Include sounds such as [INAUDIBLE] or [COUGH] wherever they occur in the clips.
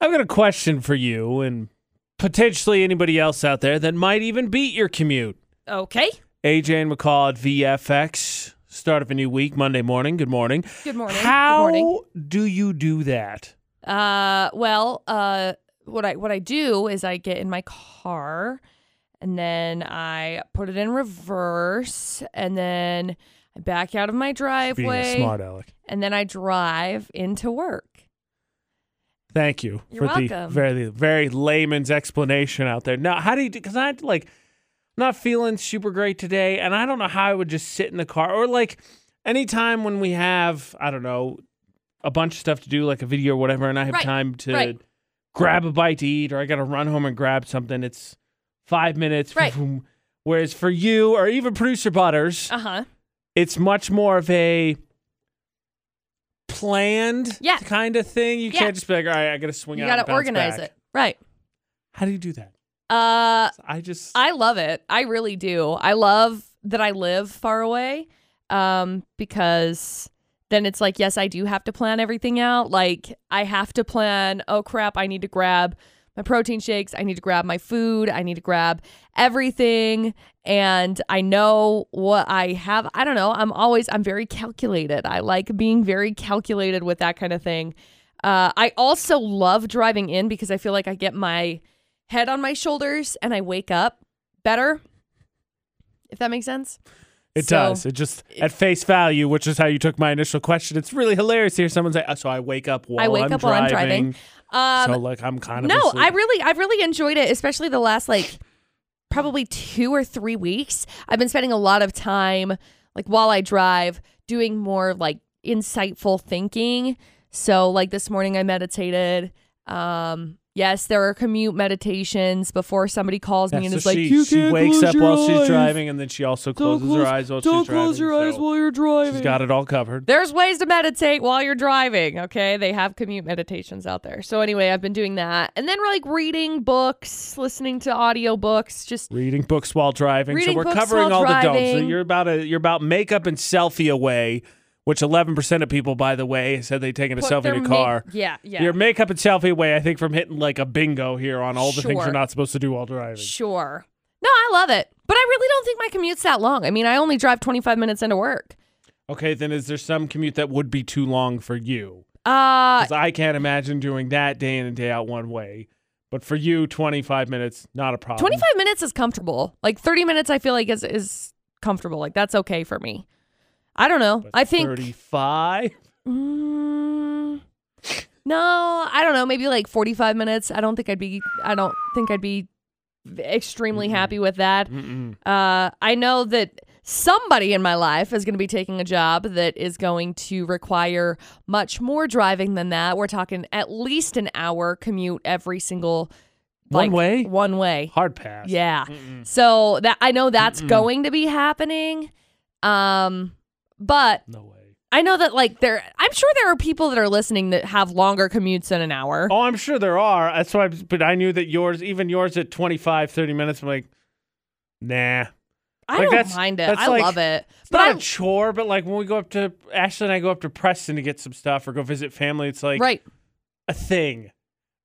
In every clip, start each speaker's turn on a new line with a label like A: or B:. A: I've got a question for you and potentially anybody else out there that might even beat your commute.
B: Okay.
A: AJ and McCall at VFX. Start of a new week, Monday morning. Good morning.
B: Good morning.
A: How
B: Good morning.
A: do you do that?
B: Uh, well, uh, what I what I do is I get in my car, and then I put it in reverse, and then I back out of my
A: Being
B: driveway,
A: a smart aleck.
B: and then I drive into work.
A: Thank you
B: You're
A: for the
B: welcome.
A: very very layman's explanation out there. Now, how do you do? Because I like not feeling super great today, and I don't know how I would just sit in the car or like anytime when we have I don't know a bunch of stuff to do, like a video or whatever, and I have
B: Right,
A: time to
B: right.
A: grab a bite to eat, or I got to run home and grab something. It's five minutes.
B: Right.
A: [LAUGHS] Whereas for you or even producer Butters,
B: Uh huh.
A: it's much more of a planned
B: Yeah.
A: kind of thing. You
B: Yeah.
A: can't just be like, all right, I got to swing
B: You
A: out.
B: got
A: and
B: to
A: bounce
B: organize
A: back."
B: it, right?
A: How do you do that?
B: Uh,
A: I just
B: I love it. I really do. I love that I live far away um, because then it's like, yes, I do have to plan everything out. Like, I have to plan, oh crap, I need to grab my protein shakes. I need to grab my food. I need to grab everything. And I know what I have. I don't know. I'm always, I'm very calculated. I like being very calculated with that kind of thing. Uh, I also love driving in because I feel like I get my head on my shoulders and I wake up better. If that makes sense.
A: it
B: so-
A: does. It just at face value, which is how you took my initial question. It's really hilarious here. Someone's like, oh, so I wake up while
B: I wake
A: I'm
B: up while
A: driving.
B: I'm driving. Um,
A: so like I'm kind of
B: no,
A: asleep.
B: I really, I really enjoyed it, especially the last like probably two or three weeks. I've been spending a lot of time like while I drive doing more like insightful thinking. So like this morning I meditated. Um, yes, there are commute meditations before somebody calls me
A: Yeah,
B: and
A: so
B: is like,
A: she,
B: "You
A: she
B: can't
A: wakes
B: close
A: up
B: your
A: while she's
B: eyes.
A: driving, and then she also
B: Don't
A: closes her eyes while
B: don't
A: she's driving.
B: close your eyes
A: so
B: while you're driving."
A: she's got it all covered.
B: There's ways to meditate while you're driving, okay? They have commute meditations out there. So anyway, I've been doing that. And then like reading books, listening to audiobooks, just
A: Reading books while driving. so
B: Reading
A: we're
B: books
A: covering all
B: while
A: the don'ts. So
B: driving.
A: you're about a you're about makeup and selfie away, which 11% of people, by the way, said they taken a
B: put
A: selfie
B: their
A: in a
B: ma-
A: car.
B: yeah, yeah.
A: Your makeup and selfie away, I think, from hitting like a bingo here on all the things you're
B: Sure.
A: not supposed to do while driving.
B: sure. No, I love it. But I really don't think my commute's that long. I mean, I only drive 25 minutes into work.
A: Okay, then is there some commute that would be too long for you?
B: Uh
A: Because I can't imagine doing that day in and day out one way. But for you, 25 minutes, not a problem.
B: 25 minutes is comfortable. Like 30 minutes I feel like is is comfortable. Like that's okay for me. I don't know.
A: But
B: I think
A: 35?
B: Mm, no, I don't know. Maybe like 45 minutes. I don't think I'd be, I don't think I'd be
A: Mm-hmm.
B: extremely happy with that.
A: Mm-mm.
B: Uh, I know that somebody in my life is going to be taking a job that is going to require much more driving than that. We're talking at least an hour commute every single
A: One
B: like,
A: way?
B: One way.
A: Hard pass.
B: Yeah.
A: Mm-mm.
B: So that I know that's
A: Mm-mm.
B: going to be happening. Um, but
A: No way.
B: I know that like there I'm sure there are people that are listening that have longer commutes than an hour.
A: Oh, I'm sure there are. That's why, but I knew that yours, even yours at 25, 30 minutes, I'm like, nah.
B: I
A: like,
B: don't
A: that's-
B: mind it.
A: that's
B: I
A: like-
B: love it.
A: It's
B: But
A: not a
B: I
A: chore, but like when we go up to, Ashley and I go up to Preston to get some stuff or go visit family, it's like,
B: right.
A: a thing.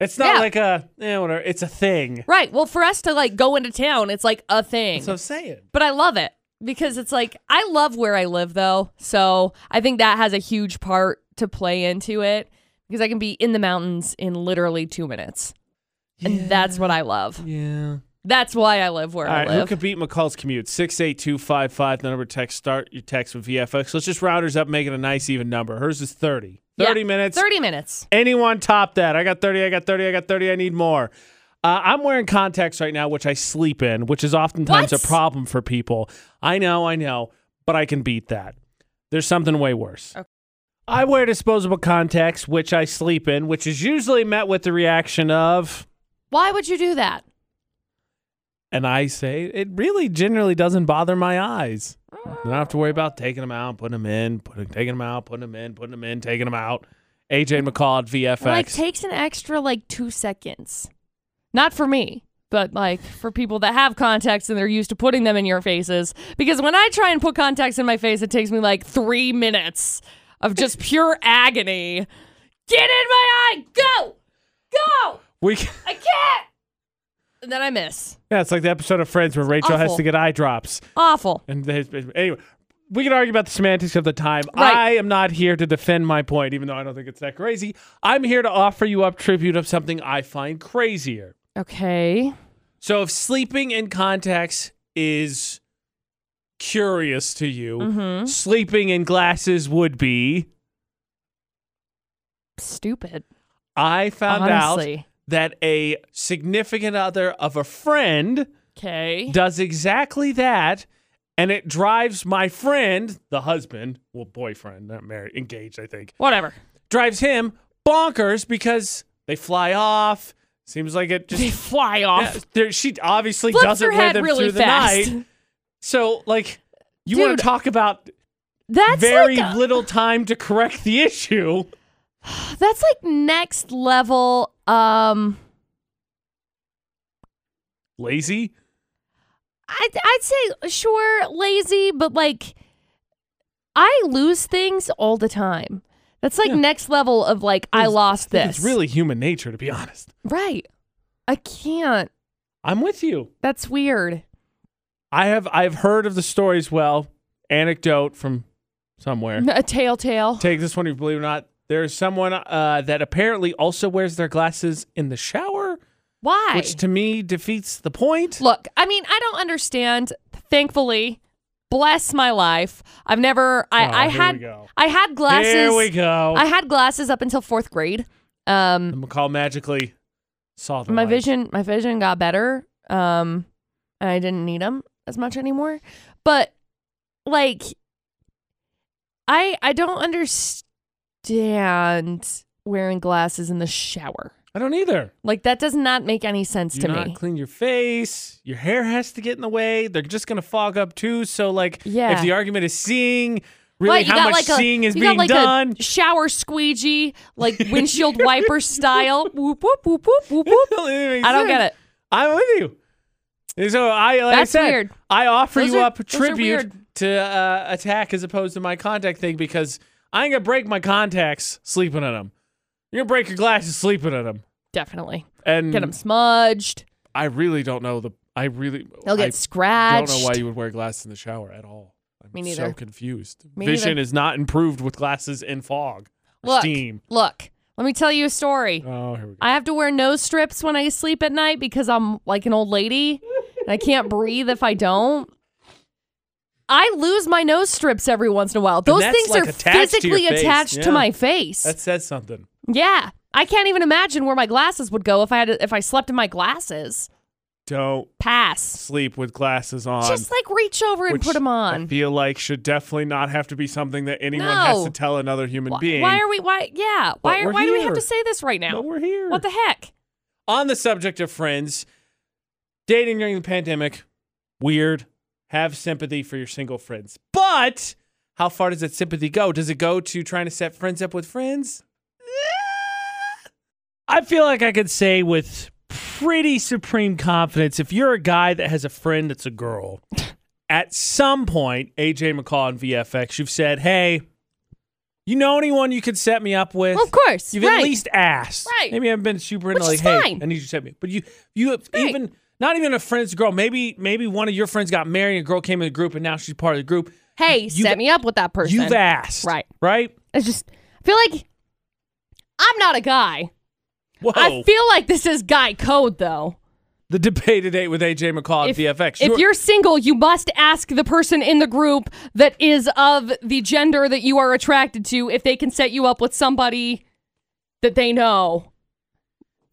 A: It's not
B: Yeah.
A: like a eh, whatever. It's a thing.
B: Right. Well, for us to like go into town, it's like a thing.
A: So say it.
B: but I love it because it's like I love where I live though. So, I think that has a huge part to play into it because I can be in the mountains in literally 2 minutes. And that's what I love.
A: Yeah.
B: That's why I live where
A: All right.
B: I
A: Who
B: live.
A: could beat McCall's commute? Six eight two five five. The number text. Start your text with VFX. Let's just round hers up, make it a nice even number. Hers is thirty.
B: Yeah.
A: Thirty minutes.
B: 30 minutes.
A: Anyone top that? I got thirty. I got thirty. I got thirty. I need more. Uh, I'm wearing contacts right now, which I sleep in, which is oftentimes
B: What?
A: a problem for people. I know, I know, but I can beat that. There's something way worse.
B: Okay.
A: I wear disposable contacts, which I sleep in, which is usually met with the reaction of,
B: Why would you do that?
A: and I say, it really generally doesn't bother my eyes. I don't have to worry about taking them out, putting them in, putting, taking them out, putting them in, putting them in, taking them out. AJ McCall at VFX.
B: Like takes an extra like two seconds. Not for me, but like for people that have contacts and they're used to putting them in your faces. Because when I try and put contacts in my face, it takes me like three
A: [LAUGHS]
B: minutes of just pure agony. Get in my eye, go, go.
A: We can,
B: I can't. And then I miss.
A: yeah, it's like the episode of Friends where Rachel has
B: awful.
A: to get eye drops.
B: Awful.
A: And there's- anyway, we can argue about the semantics of the time.
B: Right.
A: I am not here to defend my point, even though I don't think it's that crazy. I'm here to offer you up tribute of something I find crazier.
B: Okay.
A: So if sleeping in contacts is curious to you,
B: Mm-hmm.
A: sleeping in glasses would be.
B: Stupid.
A: I found out
B: honestly.
A: that a significant other of a friend
B: Okay.
A: does exactly that, and it drives my friend, the husband, well, boyfriend, not married, engaged, I think,
B: Whatever.
A: drives him bonkers because they fly off. Seems like it
B: [LAUGHS] They
A: just.
B: fly off.
A: Yeah, there- she obviously
B: Flips
A: doesn't
B: her
A: wear
B: head
A: them
B: really
A: through the
B: fast.
A: night. So, like, you want
B: Dude,
A: to talk about
B: That's
A: very
B: like a-
A: little time to correct the issue.
B: that's like next level. Um,
A: Lazy.
B: I I'd say sure lazy, but like I lose things all the time. That's like
A: Yeah.
B: next level of like I
A: It's-
B: lost
A: I think
B: this.
A: It's really human nature, to be honest.
B: right. I can't.
A: I'm with you.
B: That's weird.
A: I have I've heard of the stories well, anecdote from somewhere.
B: A telltale.
A: Take this one, if you believe it or not. There's someone uh, that apparently also wears their glasses in the shower,
B: Why?
A: which to me defeats the point.
B: Look, I mean, I don't understand. Thankfully, bless my life. I've never. I
A: Oh,
B: I
A: here
B: had
A: we go.
B: I had glasses.
A: Here we go.
B: I had glasses up until fourth grade. Um,
A: And McCall magically saw the
B: my
A: light.
B: vision my vision got better um and i didn't need them as much anymore but like i i don't understand wearing glasses in the shower
A: I don't either.
B: like that does not make any sense
A: You
B: to
A: not
B: me
A: clean your face. Your hair has to get in the way. They're just gonna fog up too. So like,
B: Yeah.
A: if the argument is seeing, really
B: Right, you
A: how
B: got
A: much
B: like a-
A: seeing is
B: you
A: being
B: got like
A: done.
B: a shower squeegee
A: [LAUGHS]
B: like windshield wiper style whoop whoop whoop whoop whoop
A: [LAUGHS]
B: whoop i don't get it
A: I'm with you. And so I, like I
B: That's
A: said,
B: weird.
A: I offer
B: Those
A: you
B: are-
A: up
B: those are
A: tribute
B: weird.
A: to uh, attack as opposed to my contact thing because I ain't gonna break my contacts sleeping in them. You're gonna break your glasses sleeping in them,
B: definitely get them
A: and
B: smudged
A: I really don't know the. I really
B: they'll get
A: I
B: scratched
A: don't know why you would wear glasses in the shower at all. I'm
B: Me
A: so
B: neither.
A: confused.
B: Me
A: Vision
B: neither.
A: is not improved with glasses in fog. or
B: look
A: Steam.
B: look let me tell you a story
A: Oh, here we go.
B: I have to wear nose strips when I sleep at night because I'm like an old lady and I
A: [LAUGHS]
B: can't breathe if I don't. I lose my nose strips every once in a while. Those
A: that's,
B: things
A: like,
B: are
A: attached to your
B: physically
A: face.
B: attached
A: Yeah.
B: to my face.
A: that says something.
B: yeah. I can't even imagine where my glasses would go if I had if I slept in my glasses.
A: Don't
B: Pass.
A: sleep with glasses on.
B: Just like reach over and
A: Um, which
B: put them
A: I
B: on.
A: feel like should definitely not have to be something that anyone has
B: No.
A: to tell another human
B: Why,
A: being.
B: why are we why yeah, why
A: we're
B: are, why do we have
A: here.
B: to say this right
A: but
B: now?
A: we're here.
B: What the heck?
A: On the subject of friends, dating during the pandemic, weird. Have sympathy for your single friends. But how far does that sympathy go? Does it go to trying to set friends up with friends? I feel like I could say with pretty supreme confidence if you're a guy that has a friend that's a girl, at some point, AJ McCall and VFX, you've said, hey, you know anyone you could set me up with?
B: Of course.
A: You've
B: right.
A: at least asked.
B: Right.
A: Maybe I haven't been super into
B: Which
A: like,
B: is
A: hey,
B: fine.
A: I need you to set me. But you, you have
B: Right.
A: even not even a friend's girl. Maybe maybe one of your friends got married. and A girl came in the group, and now she's part of the group.
B: hey,
A: you've-
B: set me up with that person.
A: You've asked.
B: Right.
A: Right.
B: It's just I feel like I'm not a guy.
A: Whoa.
B: I feel like this is guy code though.
A: the debate today with AJ McCall
B: If-
A: at VFX.
B: If you're single, you must ask the person in the group that is of the gender that you are attracted to if they can set you up with somebody that they know.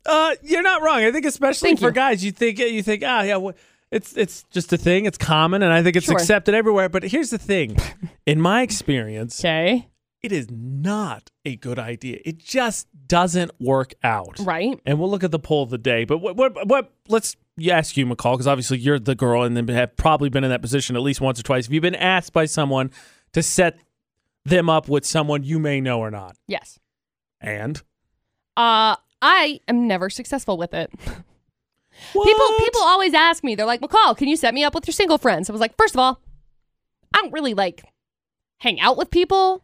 A: uh, you're not wrong. I think especially
B: Thank
A: for
B: you.
A: guys, you think you think ah yeah. wha- it's it's just a thing. It's common, and I think it's
B: Sure.
A: accepted everywhere. But here's the
B: [LAUGHS]
A: thing, in my experience,
B: Okay.
A: it is not a good idea. It just doesn't work out.
B: Right?
A: and we'll look at the poll of the day. But what what, what let's you ask you, McCall, because obviously you're the girl and then have probably been in that position at least once or twice. Have you been asked by someone to set them up with someone you may know or not?
B: Yes.
A: And
B: Uh I am never successful with it.
A: What?
B: People people always ask me, they're like, McCall, can you set me up with your single friends? I was like, first of all, I don't really like hang out with people.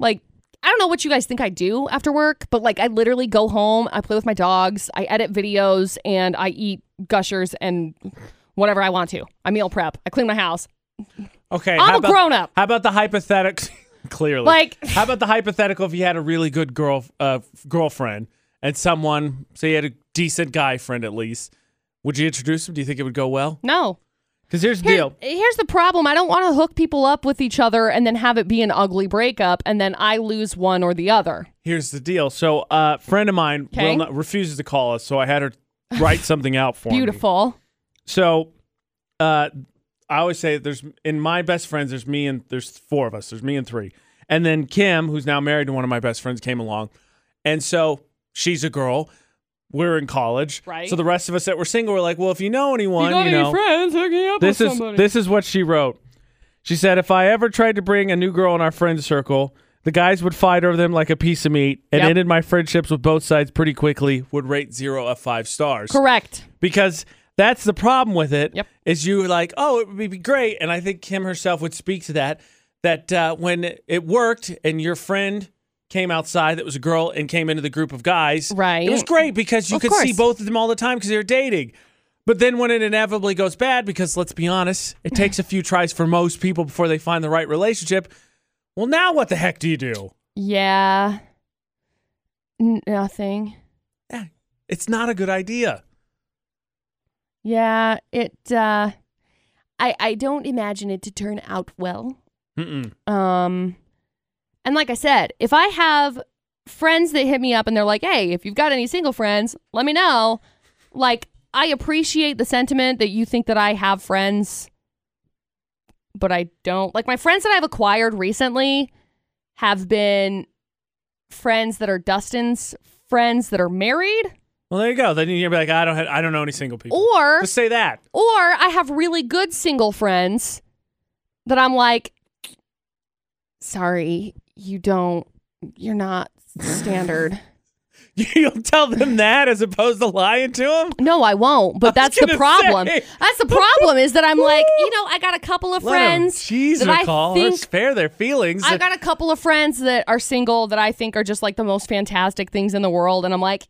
B: Like, I don't know what you guys think I do after work, but like I literally go home, I play with my dogs, I edit videos, and I eat gushers and whatever I want to. I meal prep, I clean my house.
A: Okay,
B: I'm
A: how
B: a
A: about,
B: grown up.
A: How about the hypothetical? [LAUGHS] clearly,
B: Like-
A: [LAUGHS] how about the hypothetical if you had a really good girl uh, girlfriend and someone, say you had a decent guy friend at least, would you introduce him? Do you think it would go well?
B: No.
A: Because here's the
B: Here-
A: deal.
B: Here's the problem. I don't want to hook people up with each other and then have it be an ugly breakup and then I lose one or the other.
A: Here's the deal. So, uh, a friend of mine
B: Okay.
A: will not, refuses to call us, so I had her write something out for me.
B: Beautiful.
A: So, uh, I always say there's in my best friends, there's me and there's four of us. There's me and three, and then Kim, who's now married to one of my best friends, came along, and so she's a girl. We're in college,
B: Right.
A: So the rest of us that were single were like, well, if you know anyone, you, know,
B: friends hooking up
A: this is this is what she wrote. She said, if I ever tried to bring a new girl in our friend circle. The guys would fight over them like a piece of meat and
B: Yep.
A: ended my friendships with both sides pretty quickly. Would rate zero of five stars
B: Correct.
A: because that's the problem with it. Is
B: Yep.
A: you were like, oh, it would be great, and I think Kim herself would speak to that. That uh, when it worked, and your friend came outside, that was a girl, and came into the group of guys.
B: Right.
A: It was great because you
B: Of
A: could see
B: course.
A: both of them all the time because they were dating. But then when it inevitably goes bad, because let's be honest,
B: [LAUGHS]
A: it takes a few tries for most people before they find the right relationship. Well, now what the heck do you do?
B: Yeah. N- nothing.
A: Eh, It's not a good idea.
B: Yeah, it uh I I don't imagine it to turn out well.
A: Mm-mm.
B: Um and like I said, if I have friends that hit me up and they're like, "Hey, if you've got any single friends, let me know." Like I appreciate the sentiment that you think that I have friends, but I don't. Like my friends that I've acquired recently have been friends that are Dustin's friends that are married
A: Well, there you go. Then you're like, I don't, have, I don't know any single people.
B: or
A: Just say that.
B: Or I have really good single friends that I'm like, sorry, you don't, you're not
A: [LAUGHS]
B: standard.
A: You'll tell them that as opposed to lying to them?
B: no, I won't. But
A: I was
B: that's the
A: gonna
B: problem.
A: say.
B: That's the problem is that I'm like, you know, I got a couple of friends.
A: Jeez,
B: that I
A: recall.
B: think-
A: spare their feelings.
B: I got a couple of friends that are single that I think are just like the most fantastic things in the world. And I'm like,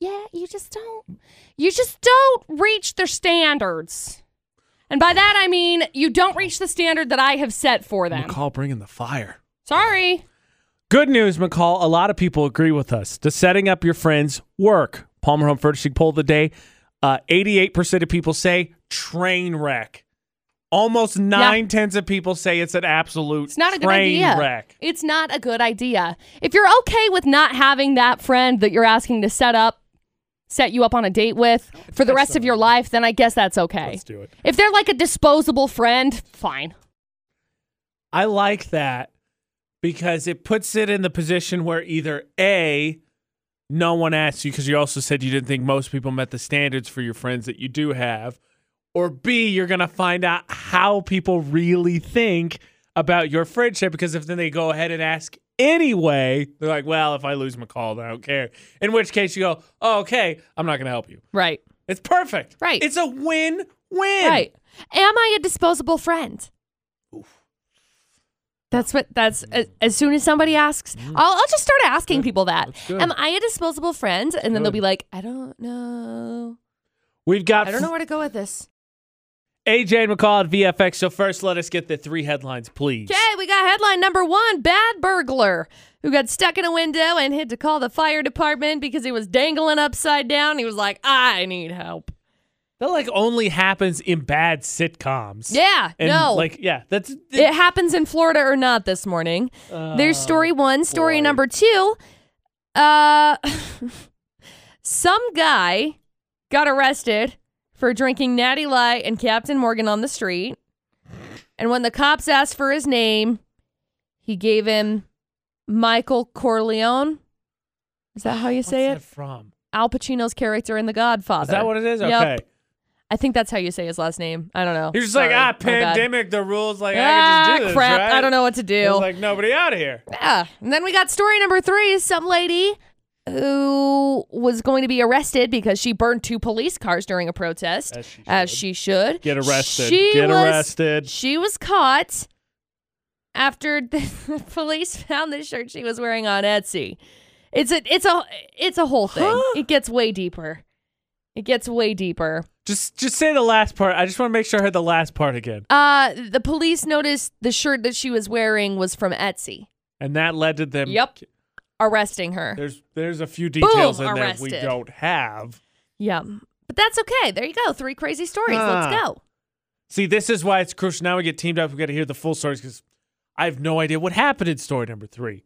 B: yeah, you just don't, you just don't reach their standards. And by that, I mean, you don't reach the standard that I have set for them.
A: McCall bringing the fire.
B: Sorry.
A: Good news, McCall. A lot of people agree with us. Does setting up your friends work? Palmer Home Furnishing poll of the day. Uh, 88% of people say train wreck. Almost nine tenths of people say it's an absolute
B: It's not a good
A: train
B: idea.
A: wreck.
B: It's not a good idea. If you're okay with not having that friend that you're asking to set up, set you up on a date with for the rest of your life, then I guess that's okay.
A: Let's do it.
B: If they're like a disposable friend, fine.
A: I like that because it puts it in the position where either A, no one asks you because you also said you didn't think most people met the standards for your friends that you do have, or B, you're going to find out how people really think about your friendship because if then they go ahead and ask anyway, they're like, well, if I lose McCall, then I don't care. In which case you go, oh, okay, I'm not going to help you.
B: Right.
A: It's perfect.
B: Right.
A: It's a win win.
B: Right. Am I a disposable friend? That's what that's a- as soon as somebody asks, I'll, I'll just start asking people that.
A: Mm. good.
B: Am I a disposable friend? And then they'll
A: good.
B: be like, I don't know.
A: We've got
B: I don't know where to go with this.
A: AJ and McCall at VFX. So first, let us get the three headlines, please.
B: Okay, we got headline number one bad burglar who got stuck in a window and had to call the fire department because he was dangling upside down. He was like, I need help.
A: That like only happens in bad sitcoms.
B: Yeah,
A: And
B: no.
A: like yeah, that's Uh,
B: it happens in Florida or not this morning. There's story one. Story
A: Oh, boy.
B: number two. Uh, [LAUGHS] some guy got arrested for drinking Natty Light and Captain Morgan on the street, and when the cops asked for his name, he gave him Michael Corleone. Is that how you
A: what's
B: say
A: that
B: it?
A: from?
B: Al Pacino's character in The Godfather.
A: Is that what it is?
B: Yep.
A: Okay.
B: I think that's how you say his last name. I don't know.
A: You're just
B: Sorry.
A: like ah
B: My bad.
A: pandemic. The rules like I
B: Ah,
A: can just do this.
B: crap!
A: right?
B: I don't know what to do.
A: There's like nobody out here.
B: Yeah. And then we got story number three some lady who was going to be arrested because she burned two police cars during a protest,
A: As she
B: as she should.
A: Get arrested.
B: She
A: Get
B: was-
A: arrested.
B: She was caught after [LAUGHS] the police found the shirt she was wearing on Etsy. It's a it's a it's a whole thing.
A: Huh?
B: It gets way deeper. It gets way deeper.
A: Just just say the last part. I just want to make sure I heard the last part again.
B: Uh the police noticed the shirt that she was wearing was from Etsy.
A: And that led to them.
B: Yep. Arresting her.
A: There's there's a few details
B: Boom,
A: in there we
B: arrested.
A: don't have.
B: Yeah. But that's okay. There you go. Three crazy stories. Let's
A: Ah.
B: go.
A: See, this is why it's crucial. Now we get teamed up. We got to hear the full stories because I have no idea what happened in story number three.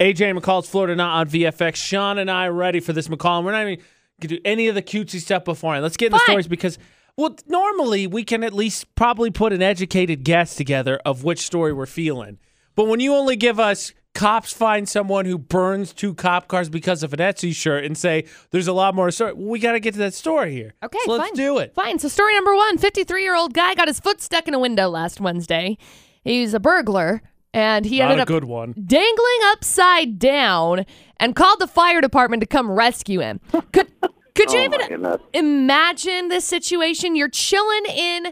A: AJ and McCall's Florida Not on VFX. Sean and I are ready for this, McCall. And we're not even going to do any of the cutesy stuff beforehand. Let's get into
B: Fine.
A: stories because, well, normally we can at least probably put an educated guess together of which story we're feeling. But when you only give us cops find someone who burns two cop cars because of an Etsy shirt and say there's a lot more story, we got to get to that story here.
B: Okay,
A: so let's
B: fine.
A: do it.
B: Fine. So, story number one 53 year old guy got his foot stuck in a window last Wednesday. He's a burglar, and he
A: Not
B: ended
A: a
B: up
A: good one.
B: dangling upside down and called the fire department to come rescue him.
A: [LAUGHS]
B: Could, could you
C: Oh
B: even
C: my goodness.
B: imagine this situation? You're chilling in,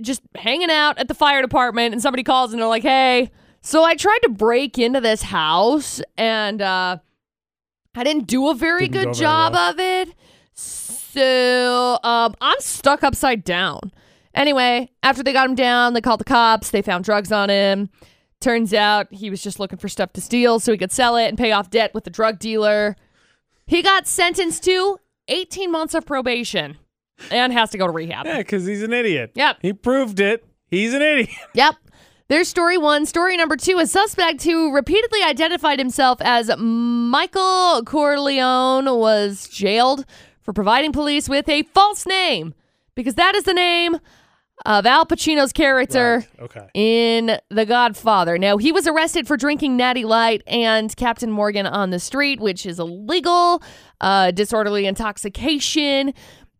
B: just hanging out at the fire department, and somebody calls and they're like, hey, so I tried to break into this house and uh, I didn't do a very
A: Didn't go
B: good
A: very
B: job
A: well.
B: of it. So um, I'm stuck upside down. Anyway, after they got him down, they called the cops. They found drugs on him. Turns out he was just looking for stuff to steal so he could sell it and pay off debt with the drug dealer. He got sentenced to 18 months of probation and has to go to rehab.
A: Yeah, because he's an idiot.
B: Yep.
A: He proved it. He's an [LAUGHS] idiot.
B: Yep. There's story one. Story number two a suspect who repeatedly identified himself as Michael Corleone was jailed for providing police with a false name because that is the name of Al Pacino's character
A: [LAUGHS] Okay.
B: in The Godfather. Now, he was arrested for drinking Natty Light and Captain Morgan on the street, which is illegal, uh, disorderly intoxication.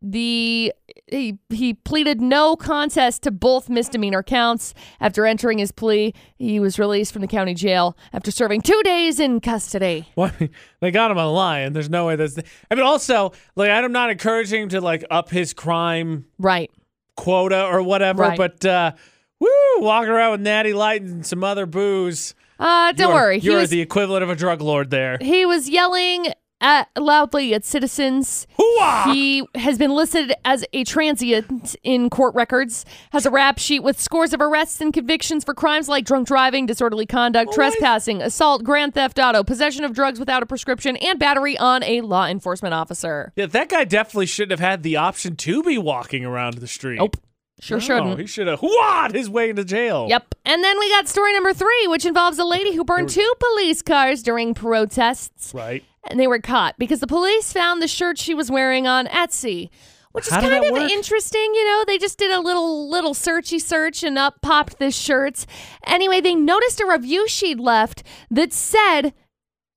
B: The he, he pleaded no contest to both misdemeanor counts. After entering his plea, he was released from the county jail after serving two days in custody.
A: Well, they got him on lying. There's no way that's. I mean, also, like, I'm not encouraging him to like up his crime
B: Right.
A: quota or whatever,
B: Right.
A: but uh, woo, walking around with Natty Light and some other booze.
B: Uh, don't
A: you're,
B: worry. He
A: You're
B: was,
A: the equivalent of a drug lord there.
B: he was yelling at, loudly at citizens.
A: Hoo-ah!
B: He has been listed as a transient in court records, has a rap sheet with scores of arrests and convictions for crimes like drunk driving, disorderly conduct, trespassing, assault, grand theft auto, possession of drugs without a prescription, and battery on a law enforcement officer.
A: Yeah, that guy definitely shouldn't have had the option to be walking around the street.
B: Nope. Sure
A: No,
B: shouldn't.
A: he should have hooahed his way into jail.
B: Yep. And then we got story number three, which involves a lady who burned two police cars during protests,
A: Right. [LAUGHS]
B: and they were caught because the police found the shirt she was wearing on Etsy, which is
A: How did
B: kind
A: that
B: of
A: work?
B: interesting. You know, they just did a little little searchy search and up popped this shirt. Anyway, they noticed a review she'd left that said,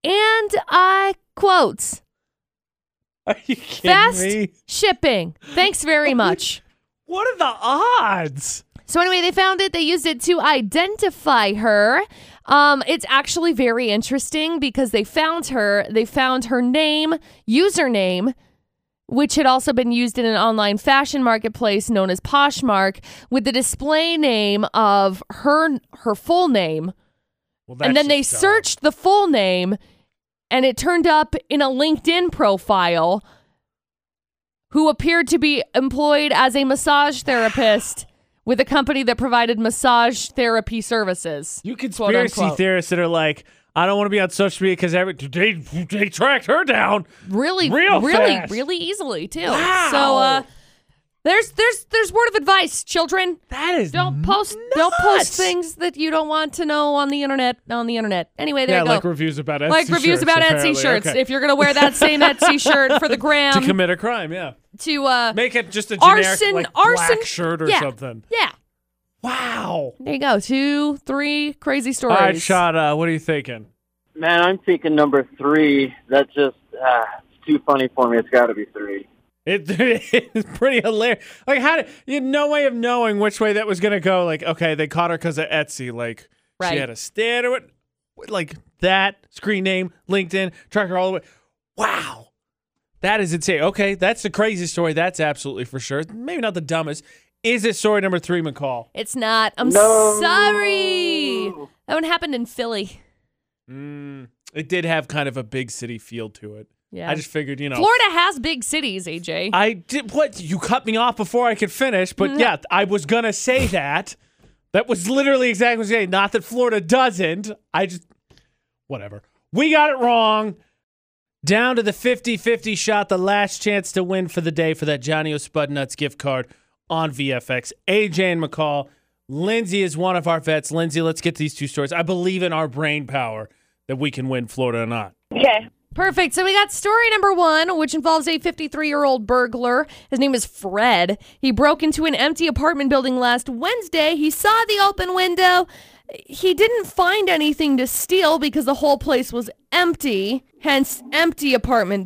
B: "And I quotes
A: Are you kidding
B: fast
A: me?
B: shipping. Thanks
A: [LAUGHS]
B: very much."
A: What are the odds?
B: So anyway, they found it. They used it to identify her. Um, it's actually very interesting because they found her. They found her name, username, which had also been used in an online fashion marketplace known as Poshmark, with the display name of her her full name.
A: Well, that's
B: and then they
A: just dumb.
B: searched the full name, and it turned up in a LinkedIn profile who appeared to be employed as a
A: [SIGHS]
B: massage therapist with a company that provided massage therapy services.
A: You
B: quote
A: conspiracy
B: unquote.
A: theorists that are like, I don't want to be on social media because every they they tracked her down.
B: really,
A: Real
B: really,
A: fast.
B: really easily too.
A: Wow.
B: So uh, there's there's there's word of advice, children.
A: That is
B: Don't post don't post
A: Mm, nuts.
B: things that you don't want to know on the internet on the internet. Anyway, there
A: Yeah,
B: you go.
A: like reviews about Etsy
B: like reviews
A: shirts,
B: about
A: apparently.
B: Etsy shirts.
A: Okay.
B: If you're gonna wear that same Etsy shirt for
A: [LAUGHS]
B: the
A: to
B: gram to,
A: commit a crime, yeah,
B: uh
A: make it just a generic
B: Arson-
A: like
B: arson-
A: black shirt or
B: yeah.
A: something.
B: yeah.
A: Wow.
B: There you go. Two, three crazy stories.
A: All right, Shada, what are you thinking?
C: Man, I'm thinking number three. That's just uh, it's too funny for me. It's got to be three.
A: It, [LAUGHS] it's pretty hilarious. Like, how did you had no way of knowing which way that was gonna go? Like, okay, they caught her because of Etsy. Like, she
B: Right.
A: had a stand or what? Like that screen name, LinkedIn, tracker all the way. Wow, that is insane. Okay, that's the craziest story. That's absolutely for sure. Maybe not the dumbest. Is it story number three, McCall?
B: It's not. I'm
C: No.
B: sorry. That one happened in Philly.
A: Mm, it did have kind of a big city feel to it.
B: Yeah.
A: I just figured, you know,
B: Florida has big cities, AJ.
A: I did what you cut me off before I could finish, but yeah, I was gonna say that. That was literally exactly what I was saying. Not that Florida doesn't. I just whatever. We got it wrong. Down to the 50-50 shot, the last chance to win for the day for that Johnny O'Spudnuts gift card on VFX. AJ and McCall. Lindsay is one of our vets. Lindsay, let's get these two stories. I believe in our brain power that we can win Florida or not.
D: Okay.
B: Perfect. So we got story number one, which involves a 53 year old burglar. His name is Fred. He broke into an empty apartment building last Wednesday. He saw the open window. He didn't find anything to steal because the whole place was empty, hence, empty apartment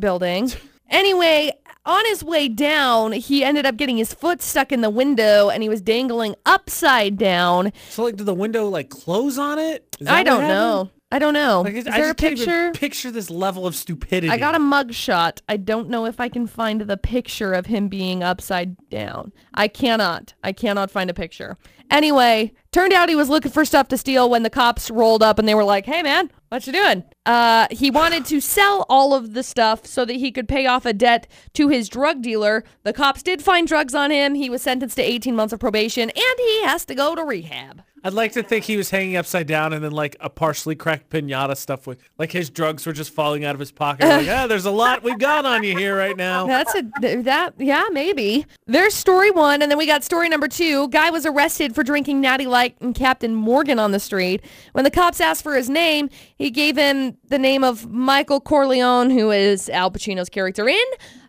A: [LAUGHS]
B: building. Anyway, on his way down, he ended up getting his foot stuck in the window and he was dangling upside down.
A: So like did the window like close on it? Is that
B: I
A: what
B: don't
A: happened?
B: know. I don't know.
A: Like,
B: Is
A: I
B: there a
A: just can't even
B: picture?
A: picture this level of stupidity.
B: I got a mugshot. I don't know if I can find the picture of him being upside down. I cannot. I cannot find a picture. Anyway, turned out he was looking for stuff to steal when the cops rolled up and they were like, "Hey man, what you doing?" Uh, he wanted to sell all of the stuff so that he could pay off a debt to his drug dealer. The cops did find drugs on him. He was sentenced to 18 months of probation and he has to go to rehab.
A: I'd like to think he was hanging upside down and then like a partially cracked pinata stuff with like his drugs were just falling out of his pocket.
B: [LAUGHS]
A: like, ah, there's a lot we got on you here right now.
B: That's a th- that yeah maybe. There's story one, and then we got story number two. Guy was arrested for drinking Natty Light and Captain Morgan on the street. When the cops asked for his name, he gave him the name of Michael Corleone, who is Al Pacino's character in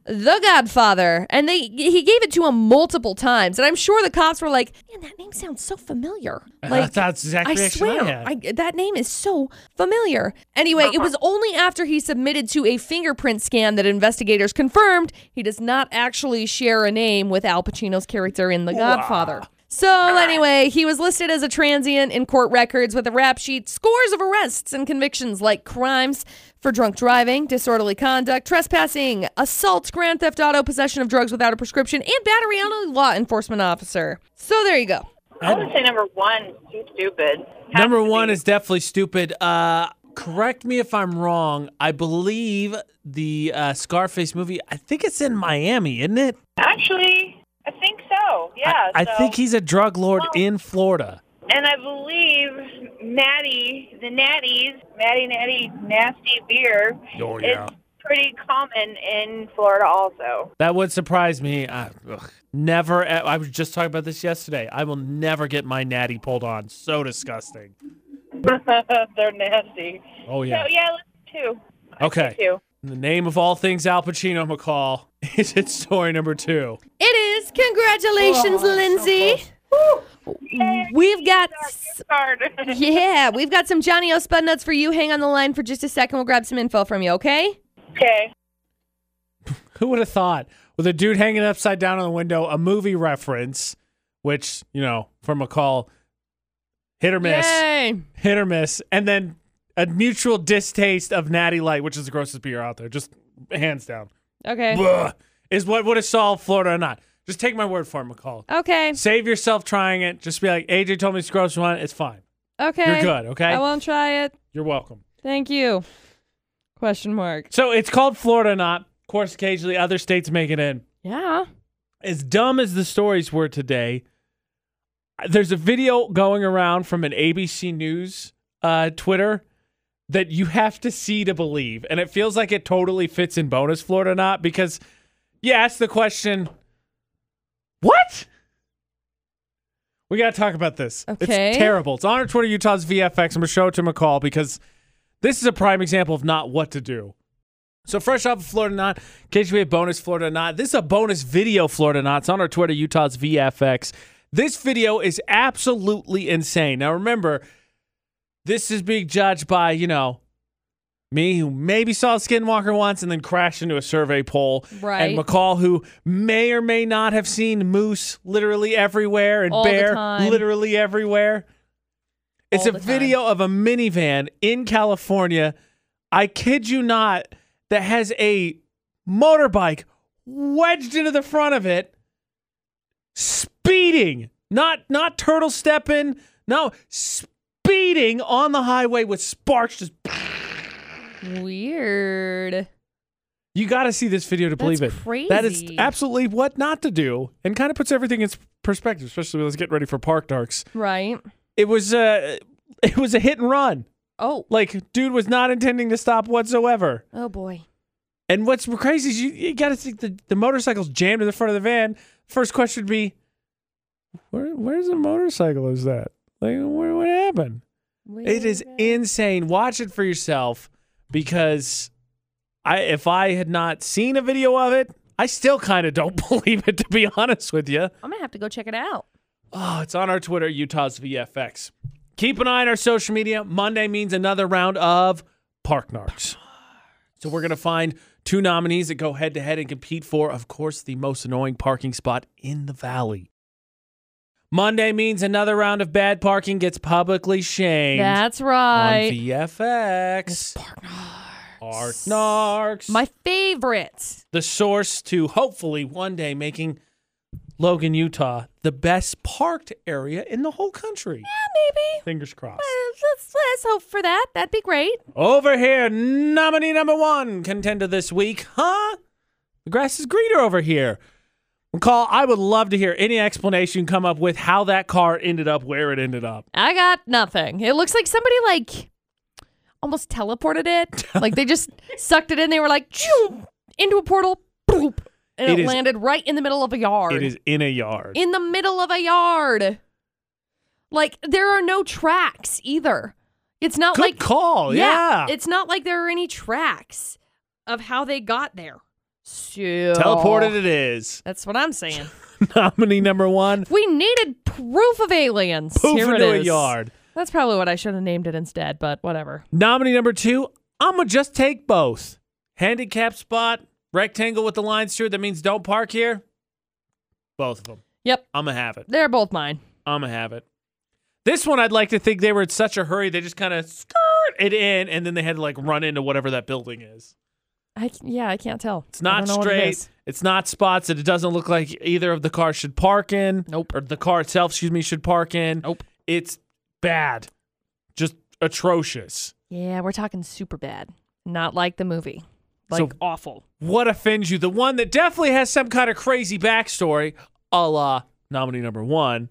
B: The Godfather, and they he gave it to him multiple times. And I'm sure the cops were like, "Man, that name sounds so familiar." Like
A: That's exactly
B: I swear, I, that name is so familiar. Anyway, it was only after he submitted to a fingerprint scan that investigators confirmed he does not actually share a name with Al Pacino's character in The Godfather. So, anyway, he was listed as a transient in court records with a rap sheet, scores of arrests and convictions like crimes for drunk driving, disorderly conduct, trespassing, assault, grand theft auto, possession of drugs without a prescription, and battery on a law enforcement officer. So, there you go.
D: I would say number one, too stupid. Has
A: Number
D: to
A: one
D: be.
A: is definitely stupid. Uh, correct me if I'm wrong. I believe the uh, Scarface movie. I think it's in Miami, isn't it?
D: actually, I think so. Yeah.
A: I, I
D: so-
A: think he's a drug lord in Florida.
D: And I believe Natty, the Natties, Natty Natty Nasty Beer
A: Oh,
D: is pretty common in Florida also. [LAUGHS]
A: That would surprise me. I, ugh, never. e, I was just talking about this yesterday. I will never get my natty pulled on. So disgusting.
D: They're nasty.
A: Oh yeah.
D: So, yeah, let's do two.
A: Okay.
D: Two.
A: In the name of all things Al Pacino, McCall. [LAUGHS] Is it story number two?
B: It is.
A: Oh,
B: Congratulations, Lindsay. We've got, s-
D: Hard.
B: [LAUGHS] yeah, we've got some Johnny O Spud Nuts for you. Hang on the line for just a second. We'll grab some info from you, okay?
D: okay.
A: Who would have thought? With a dude hanging upside down on the window, a movie reference, which you know for McCall, hit or miss,
B: Yay.
A: hit or miss, and then a mutual distaste of Natty Light, which is the grossest beer out there, just hands down.
B: Okay.
A: Blah, is what would have solved Florida or not? Just take my word for it, McCall.
B: Okay.
A: Save yourself trying it. Just be like, AJ told me it's gross one. It's fine.
B: Okay.
A: You're good, okay?
B: I won't try it.
A: You're welcome.
B: Thank you. Question mark.
A: So it's called Florida or not. Of course, occasionally other states make it in.
B: Yeah.
A: As dumb as the stories were today, there's a video going around from an ABC News uh, Twitter that you have to see to believe. And it feels like it totally fits in bonus Florida or not because you ask the question, what? We got to talk about this.
B: Okay.
A: It's terrible. It's on our Twitter, Utah's VFX. I'm going to show it to McCall because this is a prime example of not what to do. So fresh off of Florida or Not, in case we have bonus Florida or Not, this is a bonus video Florida or Not. It's on our Twitter, Utah's VFX. This video is absolutely insane. Now remember, this is being judged by, you know, me who maybe saw Skinwalker once and then crashed into a survey poll.
B: Right.
A: And McCall who may or may not have seen moose literally everywhere and
B: All the
A: bear
B: time.
A: literally everywhere. It's
B: All
A: a
B: the time.
A: video of a minivan in California. I kid you not, that has a motorbike wedged into the front of it, speeding, not not turtle stepping, no speeding on the highway with sparks. Just
B: Weird.
A: you got to see this video to believe
B: That's
A: it. That is
B: crazy.
A: absolutely what not to do, and kind of puts everything in s- perspective, especially when it's getting ready for park darks.
B: Right.
A: It was uh, it was a hit and run.
B: Oh.
A: Like, dude was not intending to stop whatsoever.
B: Oh boy.
A: And what's crazy is you, you got to think the, the motorcycle's jammed in the front of the van. First question would be, where where's the motorcycle? Is that like where what happened? It is
B: Weird.
A: insane. Watch it for yourself because I if I had not seen a video of it, I still kind of don't [LAUGHS] believe it to be honest with you.
B: I'm gonna have to go check it out.
A: Oh, it's on our Twitter, Utah's VFX. Keep an eye on our social media. Monday means another round of Park Narcs. So we're going to find two nominees that go head to head and compete for, of course, the most annoying parking spot in the valley. Monday means another round of bad parking gets publicly shamed
B: That's
A: on
B: right.
A: VFX. Park Narcs.
B: My favorite.
A: the source to hopefully one day making Logan, Utah, the best parked area in the whole country.
B: Maybe.
A: Fingers crossed.
B: Uh, Let's, let's hope for that. That'd be great.
A: Over here, nominee number one contender this week, huh? The grass is greener over here. McCall, I would love to hear any explanation you come up with how that car ended up where it ended up.
B: I got nothing. It looks like somebody like almost
A: [LAUGHS]
B: teleported it. like they just sucked it in. They were like "Choo!" into a portal, boop, and
A: It
B: it,
A: is-
B: landed right in the middle of a yard.
A: It is in a yard.
B: in the middle of a yard. Like there are no tracks either. It's not
A: Good
B: like
A: call. Yeah.
B: It's not like there are any tracks of how they got there. So
A: Teleported it is. [LAUGHS]
B: That's what I'm saying.
A: nominee number one,
B: we needed proof of aliens.
A: poof
B: Here it
A: into a
B: is.
A: yard.
B: That's probably what I should have named it instead, but whatever.
A: Nominee number two, I'm going to just take both. Handicap spot, rectangle with the lines through it that means don't park here. Both of them.
B: Yep,
A: I'm going to have it.
B: they're both mine.
A: I'm going to have it. This one, I'd like to think they were in such a hurry, they just kind of skirt it in and then they had to like run into whatever that building is.
B: I c- yeah, I can't tell.
A: It's not straight. it's not spots that it doesn't look like either of the cars should park in.
B: Nope.
A: Or the car itself, excuse me, should park in.
B: Nope.
A: It's bad. Just atrocious.
B: Yeah, we're talking super bad. Not like the movie. Like
A: So-
B: awful.
A: what offends you? The one that definitely has some kind of crazy backstory, a la nominee number one,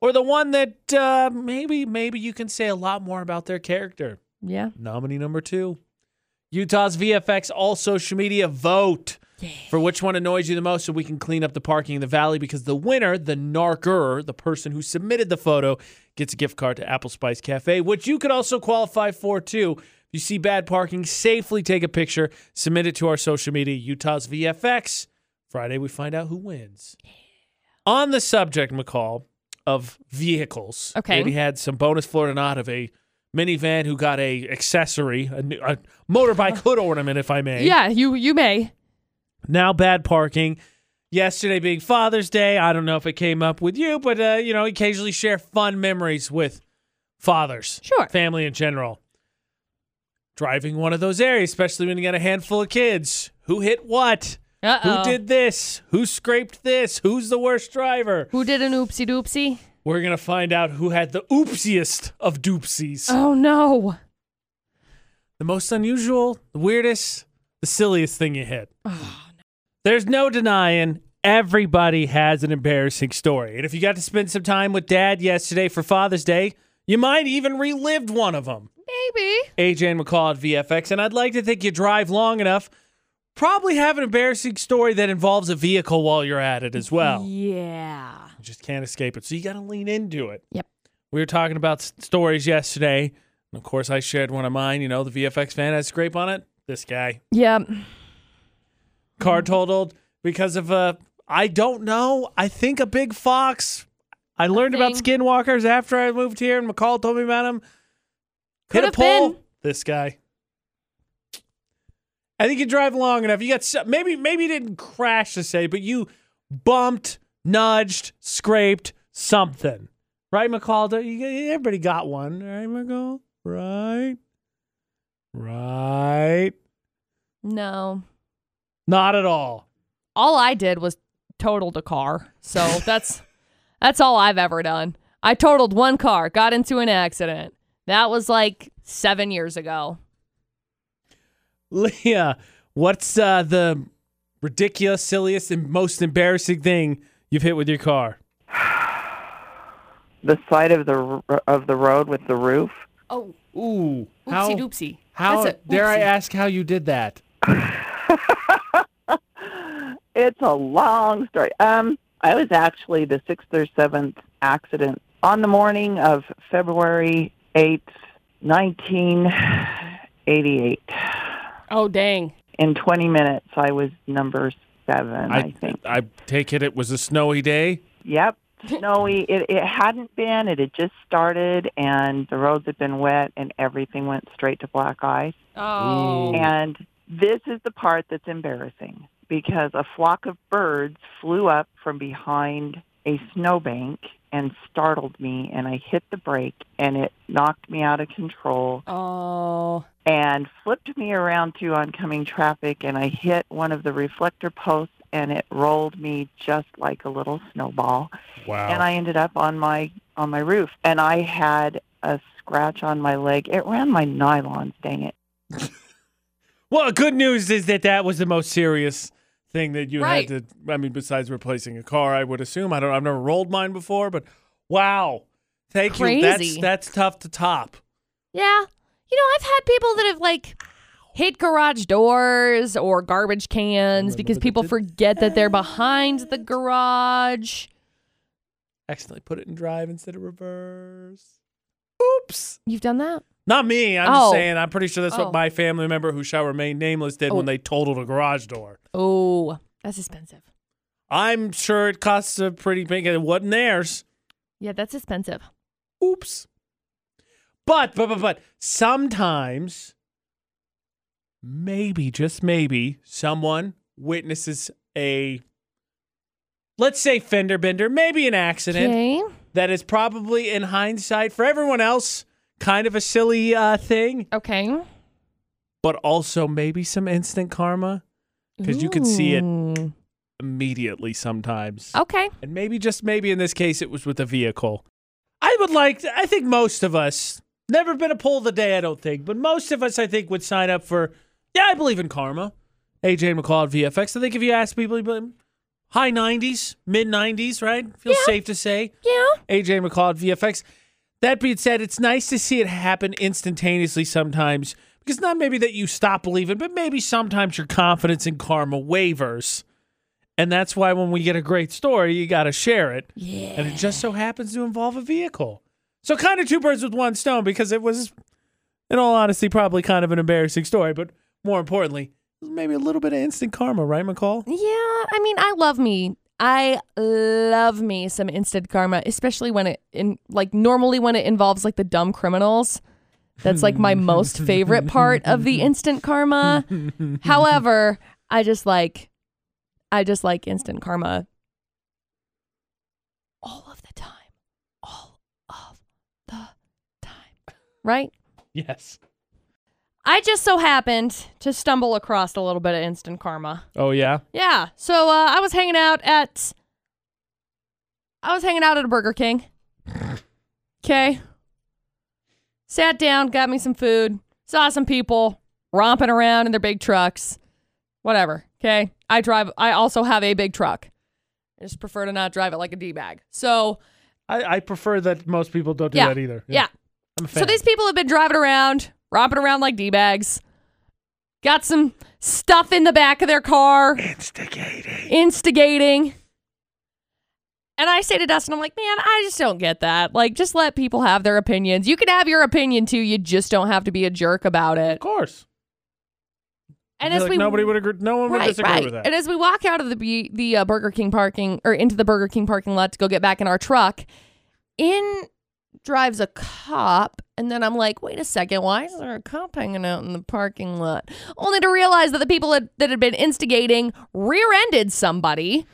A: or the one that uh, maybe maybe you can say a lot more about their character.
B: Yeah.
A: Nominee number two, Utah's VFX all social media vote
B: Yeah.
A: for which one annoys you the most, so we can clean up the parking in the valley. Because the winner, the narker, the person who submitted the photo, gets a gift card to Apple Spice Cafe, which you could also qualify for too. If you see bad parking, safely take a picture, submit it to our social media, Utah's VFX. Friday, we find out who wins. On the subject, McCall, of vehicles,
B: Okay.
A: we had some bonus Florida not of a minivan who got a accessory, a, new- a motorbike [LAUGHS] hood ornament, if I may.
B: Yeah, you you may.
A: Now bad parking. Yesterday being Father's Day, I don't know if it came up with you, but uh, you know, occasionally share fun memories with fathers,
B: Sure.
A: family in general. Driving one of those areas, especially when you got a handful of kids. Who hit what?
B: Uh-oh.
A: Who did this? Who scraped this? Who's the worst driver?
B: Who did an oopsie doopsie?
A: We're gonna find out who had the oopsiest of doopsies.
B: Oh no.
A: the most unusual, the weirdest, the silliest thing you hit. There's no denying everybody has an embarrassing story. And if you got to spend some time with dad yesterday for Father's Day, you might even relived one of them.
B: Maybe.
A: AJ and McCall at VFX. And I'd like to think you drive long enough, probably have an embarrassing story that involves a vehicle while you're at it as well.
B: Yeah.
A: You just can't escape it. So you got to lean into it.
B: Yep.
A: We were talking about s- stories yesterday. And of course, I shared one of mine. You know, the VFX fan had a scrape on it. This guy,
B: Yeah.
A: car totaled because of a, I don't know, I think a big fox. I learned about
B: thing.
A: skinwalkers after I moved here and McCall told me about them. Hit
B: Could
A: a
B: have
A: pole.
B: been.
A: This guy. I think you drive long enough. You got s- maybe maybe you didn't crash to say, but you bumped, nudged, scraped something, right, McCall? Don't you- Everybody got one, right, McCall? Right, right.
B: No.
A: Not at all.
E: [LAUGHS]
B: All I did was totaled a car. So that's That's all I've ever done. I totaled one car, got into an accident. That was like seven years ago.
A: Leah, what's uh, the ridiculous, silliest, and most embarrassing thing you've hit with your car?
F: the side of the r- of the road with the roof.
E: Oh,
A: Ooh,
E: oopsie
A: how
E: doopsie.
A: how
E: That's a,
A: dare I
E: oopsie.
A: ask how you did that?
F: It's a long story. Um, I was actually the sixth or seventh accident on the morning of February eighth, nineteen eighty-eight.
E: Oh, dang.
F: In twenty minutes, I was number seven. I, think.
A: I take it it was a snowy day.
F: Yep. Snowy. It, it hadn't been. It had just started, and the roads had been wet, and everything went straight to black ice.
E: Oh.
A: Ooh.
F: And this is the part that's embarrassing because a flock of birds flew up from behind a snowbank and startled me and I hit the brake and it knocked me out of control
E: Oh.
F: and flipped me around to oncoming traffic and I hit one of the reflector posts and it rolled me just like a little snowball
A: Wow.
F: and I ended up on my on my roof and I had a scratch on my leg. It ran my nylons, dang it.
A: well, good news is that that was the most serious thing that you
E: Right.
A: had to. I mean, besides replacing a car, I would assume. I don't. I've never rolled mine before, but wow, thank you. That's
B: Crazy.
A: that's tough to top.
B: Yeah. You know, I've had people that have like hit garage doors or garbage cans because people forget that they're behind the garage.
A: Accidentally put it in drive instead of reverse. Oops.
B: You've done that?
A: Not me. I'm
B: Oh.
A: just saying. I'm pretty sure that's
B: Oh.
A: what my family member, who shall remain nameless, did
B: Oh.
A: when they totaled a garage door.
B: Oh, that's expensive.
A: I'm sure it costs a pretty big. It wasn't theirs.
B: Yeah, that's expensive.
A: Oops. But but but but sometimes maybe just maybe someone witnesses a let's say fender bender, maybe an accident
B: Okay.
A: that is probably in hindsight for everyone else kind of a silly uh, thing,
B: Okay.
A: but also maybe some instant karma because you can see it
B: Ooh. Oh.
A: immediately sometimes.
B: Hmm. Okay.
A: And maybe just maybe in this case it was with a vehicle. I would like I think most of us never been a poll of the day, I don't think, but most of us I think would sign up for yeah, I believe in karma. AJ and McCall at VFX. I think if you ask people, you'd be like, high nineties, mid nineties, right? Feels safe to say.
B: Yeah.
A: AJ and McCall at VFX. That being said, it's nice to see it happen instantaneously sometimes. Because not maybe that you stop believing, but maybe sometimes your confidence in karma wavers. And that's why when we get a great story, you got to share it.
B: Yeah.
A: And it just so happens to involve a vehicle. So kind of two birds with one stone because it was, in all honesty, probably kind of an embarrassing story. But more importantly, maybe a little bit of instant karma, right, McCall?
B: Yeah, I mean, I love me. I love me some instant karma, especially when it in like normally when it involves like the dumb criminals. That's like my most favorite part
A: [LAUGHS]
B: of the instant karma. However, I just like I just like instant karma all of the time. All of the time. Right?
A: Yes.
B: I just so happened to stumble across a little bit of instant karma.
A: Oh, yeah?
B: Yeah. So uh, I was hanging out at I was hanging out at a Burger King. Okay. Sat down, got me some food, saw some people romping around in their big trucks. Whatever. Okay. I drive I also have a big truck. I just prefer to not drive it like a D bag. So
A: I, I prefer that most people don't do
B: Yeah.
A: that either.
B: yeah.
A: I'm a fan.
B: So these people have been driving around, romping around like D bags. Got some stuff in the back of their car.
A: instigating.
B: instigating. And I say to Dustin, I'm like, man, I just don't get that. Like, just let people have their opinions. You can have your opinion too. You just don't have to be a jerk about
A: Of
B: it.
A: course.
B: And
A: I feel
B: as
A: like
B: we
A: nobody would agree, no one would
B: right,
A: disagree
B: right.
A: with that.
B: And as we walk out of the B- the uh, Burger King parking or into the Burger King parking lot to go get back in our truck, in drives a cop, and then I'm like, wait a second, why is there a cop hanging out in the parking lot? Only to realize that the people had, that had been instigating rear-ended somebody,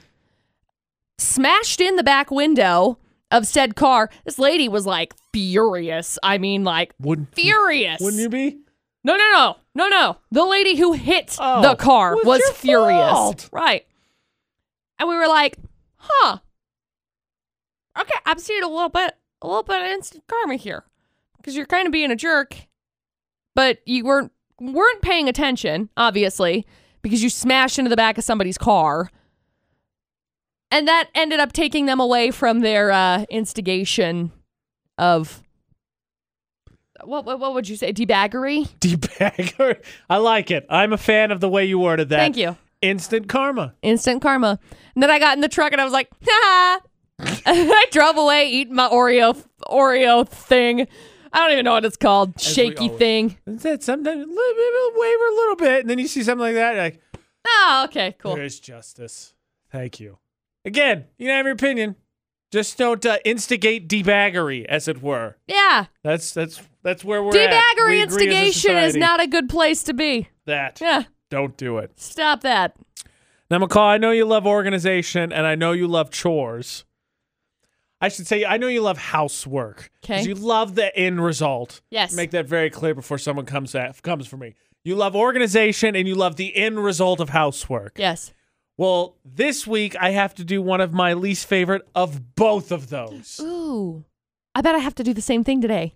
B: smashed in the back window of said car. This lady was like furious. I mean, like
A: wouldn't
B: furious.
A: wouldn't you be?
B: No, no, no, no, no. The lady who hit
A: Oh,
B: the car
A: was
B: was
A: your
B: furious.
A: fault.
B: Right. And we were like, huh, okay, I'm seeing a little bit, a little bit of instant karma here, because you're kind of being a jerk, but you weren't weren't paying attention, obviously, because you smashed into the back of somebody's car, and that ended up taking them away from their uh, instigation of what, what what would you say debaggery?
A: Debagger. [LAUGHS] I like it. I'm a fan of the way you worded that.
B: Thank you.
A: Instant karma.
B: instant karma. And then I got in the truck and I was like, ha! [LAUGHS] I drove away eating my Oreo Oreo thing. I don't even know what it's called.
A: we
B: Shaky
A: always-
B: thing.
A: That's it. Sometimes li- maybe waver a little bit, and then you see something like that, you're like
B: Oh, okay,
A: there
B: cool.
A: is justice. Thank you. Again, you can have your opinion. Just don't uh, instigate debaggery, as it were.
B: Yeah.
A: That's that's that's where we're at.
B: Debaggery
A: We agree as a
B: instigation is
A: society.
B: not a good place to be.
A: that.
B: Yeah.
A: Don't do it.
B: Stop that.
A: Now, McCall, I know you love organization and I know you love chores. I should say, I know you love housework. 'cause
B: 'Kay.
A: You love the end result.
B: Yes.
A: Make that very clear before someone comes at, comes for me. You love organization and you love the end result of housework.
B: Yes.
A: Well, this week I have to do one of my least favorite of both of those.
B: Ooh. I bet I have to do the same thing today.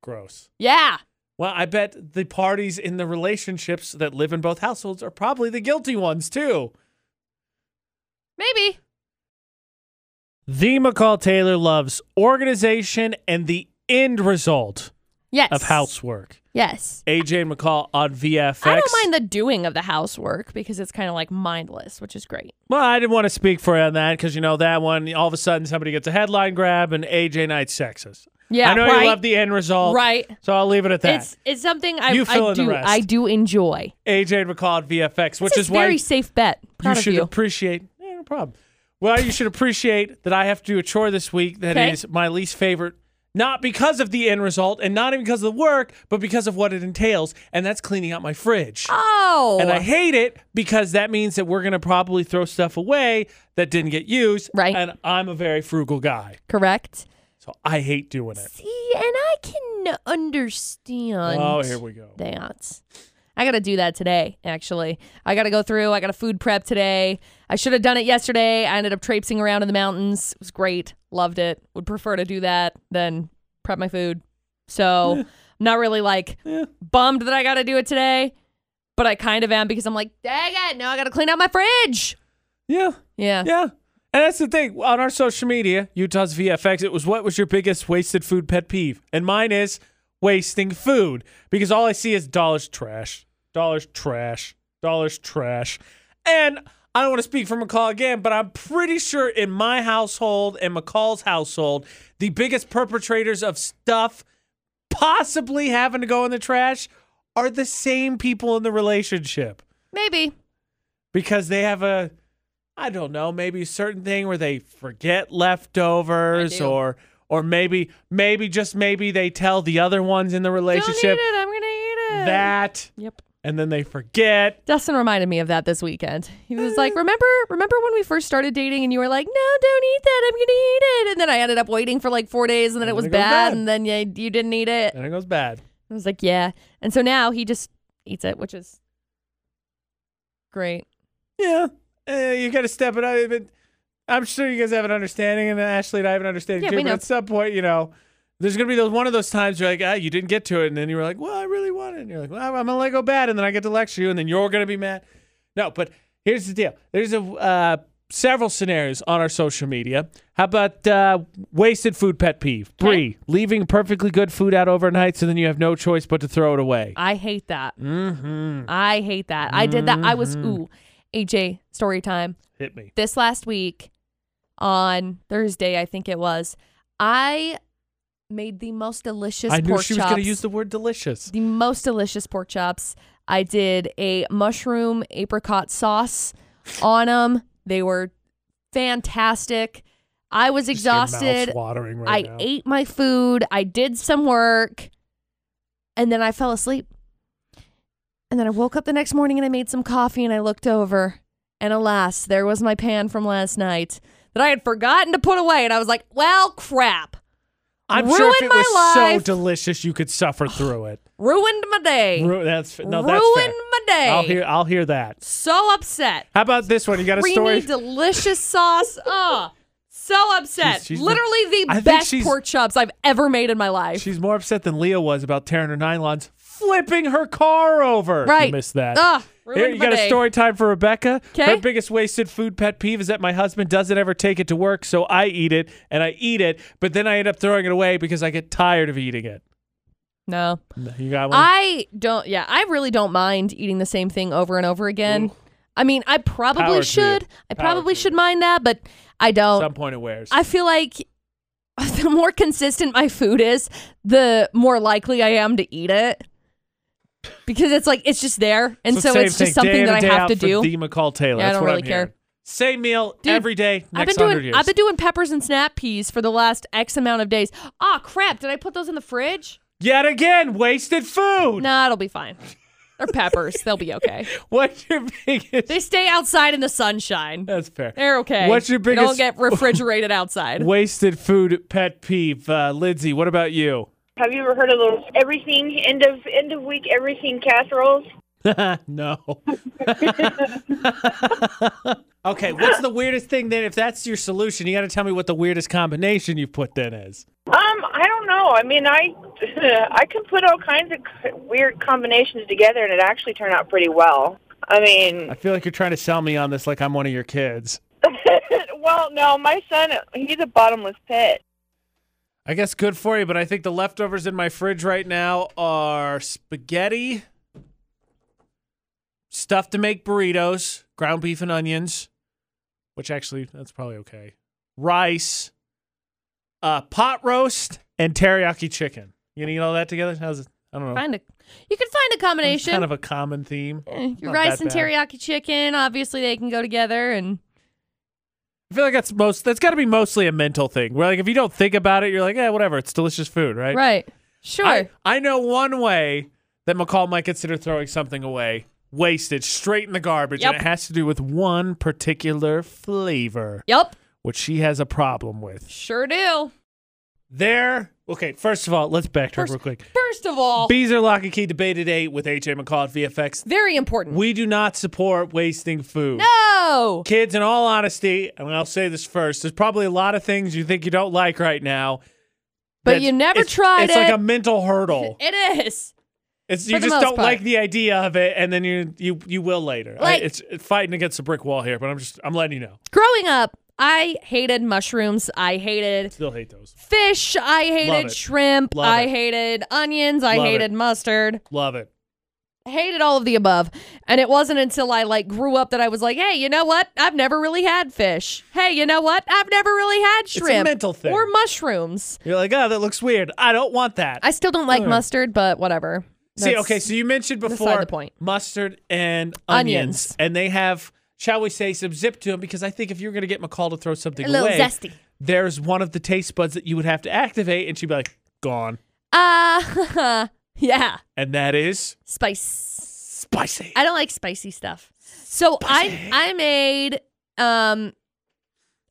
A: Gross.
B: Yeah.
A: Well, I bet the parties in the relationships that live in both households are probably the guilty ones too.
B: Maybe.
A: The McCall Taylor loves organization and the end result
B: Yes.
A: of housework.
B: Yes.
A: AJ and McCall on VFX.
B: I don't mind the doing of the housework because it's kind of like mindless, which is great.
A: Well, I didn't want to speak for you on that because you know that one. All of a sudden, somebody gets a headline grab and AJ Knight sexist.
B: Yeah.
A: I know
B: right?
A: you love the end result,
B: Right.
A: So I'll leave it at that.
B: It's it's something I,
A: You fill
B: I
A: in the
B: do
A: rest.
B: I do enjoy.
A: AJ and McCall on VFX, which
B: This
A: is
B: a very
A: why
B: safe bet.
A: you
B: Proud of
A: should
B: you.
A: appreciate. Yeah, no problem. Well, you should appreciate that I have to do a chore this week that is
B: 'Kay.
A: my least favorite, not because of the end result and not even because of the work, but because of what it entails, and that's cleaning out my fridge.
B: Oh,
A: And I hate it because that means that we're going to probably throw stuff away that didn't get used.
B: Right.
A: And I'm a very frugal guy.
B: correct.
A: So I hate doing it.
B: See, and I can understand.
A: Oh, here we go.
B: that. I got to do that today, actually. I got to go through. I got to food prep today. I should have done it yesterday. I ended up traipsing around in the mountains. It was great. Loved it. Would prefer to do that than prep my food. So I'm not really like bummed that I got to do it today, but I kind of am because I'm like, dang it. Now I got to clean out my fridge.
A: Yeah.
B: Yeah.
A: Yeah. And that's the thing. On our social media, Utah's VFX, it was what was your biggest wasted food pet peeve? And mine is wasting food because all I see is dollars trash, dollars trash, dollars trash. And I don't want to speak for McCall again, but I'm pretty sure in my household and McCall's household, the biggest perpetrators of stuff possibly having to go in the trash are the same people in the relationship
B: Maybe.
A: because they have a I don't know, maybe a certain thing where they forget leftovers
B: do.
A: or or maybe maybe just maybe they tell the other ones in the relationship
B: Don't eat it. I'm going to eat it.
A: that
B: Yep.
A: and then they forget.
B: Dustin reminded me of that this weekend. He was
A: Mm.
B: like, "Remember, remember when we first started dating and you were like, "No, don't eat that. I'm going to eat it." And then I ended up waiting for like 4 days and then it
A: And
B: was
A: it goes
B: bad
A: bad.
B: and then yeah, you didn't eat it.
A: And it goes bad.
B: I was like, "Yeah." And so now he just eats it, which is great.
A: Yeah. Uh, you got to step it up. But I'm sure you guys have an understanding, and Ashley and I have an understanding
B: Yeah,
A: too.
B: we
A: But
B: know.
A: at some point, you know, there's going to be those one of those times you're like, ah, you didn't get to it. And then you were like, well, I really wanted it. And you're like, well, I'm going to let go bad. And then I get to lecture you, and then you're going to be mad. No, but here's the deal there's a. Uh, Several scenarios on our social media. How about uh, wasted food pet peeve? Bree, leaving perfectly good food out overnight so then you have no choice but to throw it away.
B: I hate that.
A: Mm-hmm.
B: I hate that. I did that. I was ooh. AJ, story time.
A: Hit me.
B: this last week on Thursday, I think it was, I made the most delicious
A: I knew
B: pork
A: she was
B: chops.
A: going to use the word delicious.
B: the most delicious pork chops. I did a mushroom apricot sauce on them. They were fantastic. I was
A: Just your mouth's
B: exhausted.
A: watering
B: I
A: right now.
B: ate my food. I did some work. And then I fell asleep. And then I woke up the next morning and I made some coffee and I looked over. And alas, there was my pan from last night that I had forgotten to put away. And I was like, well, crap.
A: I'm sure if
B: ruined
A: it
B: my
A: was
B: life.
A: so delicious, you could
B: [SIGHS]
A: suffer through it.
B: Ruined my day.
A: Ru- that's no, that's fair.
B: Ruined my day.
A: I'll hear. I'll hear that.
B: so upset.
A: How about this one? You got a
B: Creamy,
A: story? [LAUGHS]
B: delicious sauce. Ugh. so upset.
A: She's- she's the-
B: Literally the
A: I think
B: best
A: she's-
B: pork chops I've ever made in my life.
A: She's more upset than Leah was about tearing her nylons, flipping her car over.
B: Right.
A: You missed that.
B: Ah,
A: Here,
B: ruined
A: you
B: my
A: got a
B: day.
A: story time for Rebecca. Her
B: 'Kay.
A: biggest wasted food pet peeve is that my husband doesn't ever take it to work, so I eat it and I eat it, but then I end up throwing it away because I get tired of eating it.
B: No.
A: You got one?
B: I don't. Yeah, I really don't mind eating the same thing over and over again. I mean, I probably
A: Power to you.
B: should. I
A: Power
B: probably
A: to you.
B: should mind that, but I
A: At
B: don't.
A: some point it wears.
B: I feel like [LAUGHS] the more consistent my food is, the more likely I am to eat it. Because it's like it's just there, and so,
A: same
B: it's
A: thing,
B: just something
A: day in
B: that
A: and day
B: I have
A: out
B: to
A: for
B: do.
A: The McCall Taylor.
B: Yeah, I
A: That's
B: don't
A: what
B: really
A: I'm
B: care.
A: hearing. Same meal
B: Dude,
A: every day. Next
B: I've been doing
A: 100 years.
B: I've been doing peppers and snap peas for the last X amount of days. Ah, crap! Did I put those in the fridge?
A: Yet again, wasted food.
B: Nah, it'll be fine. They're peppers; they'll be
A: [LAUGHS]
B: okay.
A: What's your biggest?
B: They stay outside in the sunshine.
A: That's fair.
B: They're okay.
A: What's your
B: They don't
A: biggest- [LAUGHS]
B: get refrigerated outside.
A: Wasted food pet peeve. Uh, Lindsay, what about you?
D: Have you ever heard of those everything end of end of week everything casseroles?
A: [LAUGHS] no. okay, what's the weirdest thing then? If that's your solution, you got to tell me what the weirdest combination you've put then is.
D: Um, I don't know. I mean, I [LAUGHS] I can put all kinds of c- weird combinations together, and it actually turned out pretty well. I mean, [LAUGHS]
A: I feel like you're trying to sell me on this like I'm one of your kids.
D: well, no, my son, he's a bottomless pit.
A: I guess good for you, but I think the leftovers in my fridge right now are spaghetti, stuff to make burritos, ground beef and onions, which actually that's probably okay. Rice, uh, pot roast, and teriyaki chicken. You gonna eat all that together? How's it? I don't know.
B: Find a, you can find a
A: It's
B: combination.
A: kind of a common theme.
B: Eh, your
A: Not
B: rice
A: that
B: and
A: bad.
B: teriyaki chicken, obviously they can go together and
A: I feel like that's most. That's got to be mostly a mental thing. Where like if you don't think about it, you're like, yeah, whatever. It's delicious food, right?
B: right. Sure.
A: I, I know one way that McCall might consider throwing something away, wasted, straight in the garbage,
B: Yep.
A: and it has to do with one particular flavor,
B: yep.
A: which she has a problem with.
B: Sure do.
A: There. Okay, first of all, let's backtrack
B: First-
A: real quick.
B: First of all,
A: Bees are lock and key debate at eight with AJ McCall at VFX.
B: very important.
A: We do not support wasting food.
B: no.
A: Kids, in all honesty, and I'll say this first, there's probably a lot of things you think you don't like right now.
B: But
A: that
B: you never
A: it's-
B: tried
A: It's like
B: it.
A: a mental hurdle.
B: It is.
A: It's
B: For
A: you
B: the
A: just
B: most
A: don't
B: part.
A: like the idea of it, and then you you you will later. I-
B: Like-
A: it's fighting against a brick wall here, but I'm just I'm letting you know.
B: Growing up, I hated mushrooms. I hated
A: Still hate those.
B: fish. I hated
A: it.
B: shrimp.
A: Love
B: I
A: it.
B: hated onions. I
A: Love it.
B: hated mustard.
A: Love it.
B: hated all of the above and it wasn't until i like grew up that i was like hey you know what i've never really had fish hey you know what i've never really had
A: a
B: shrimp
A: mental thing.
B: or mushrooms
A: You're like, oh, that looks weird. I don't want that.
B: i still don't like
A: Ugh.
B: mustard but whatever
A: See,
B: That's-
A: okay,
B: [LAUGHS]
A: so you mentioned
B: beside
A: before
B: the point.
A: mustard and onions,
B: Onions.
A: and they have, shall we say, some zip to them because I think if you were going to get McCall to throw something
B: a little
A: away,
B: zesty
A: there's one of the taste buds that you would have to activate, and she'd be like, gone.
B: uh [LAUGHS] yeah
A: And that is
B: spice
A: spicy.
B: i don't like spicy stuff so i i made um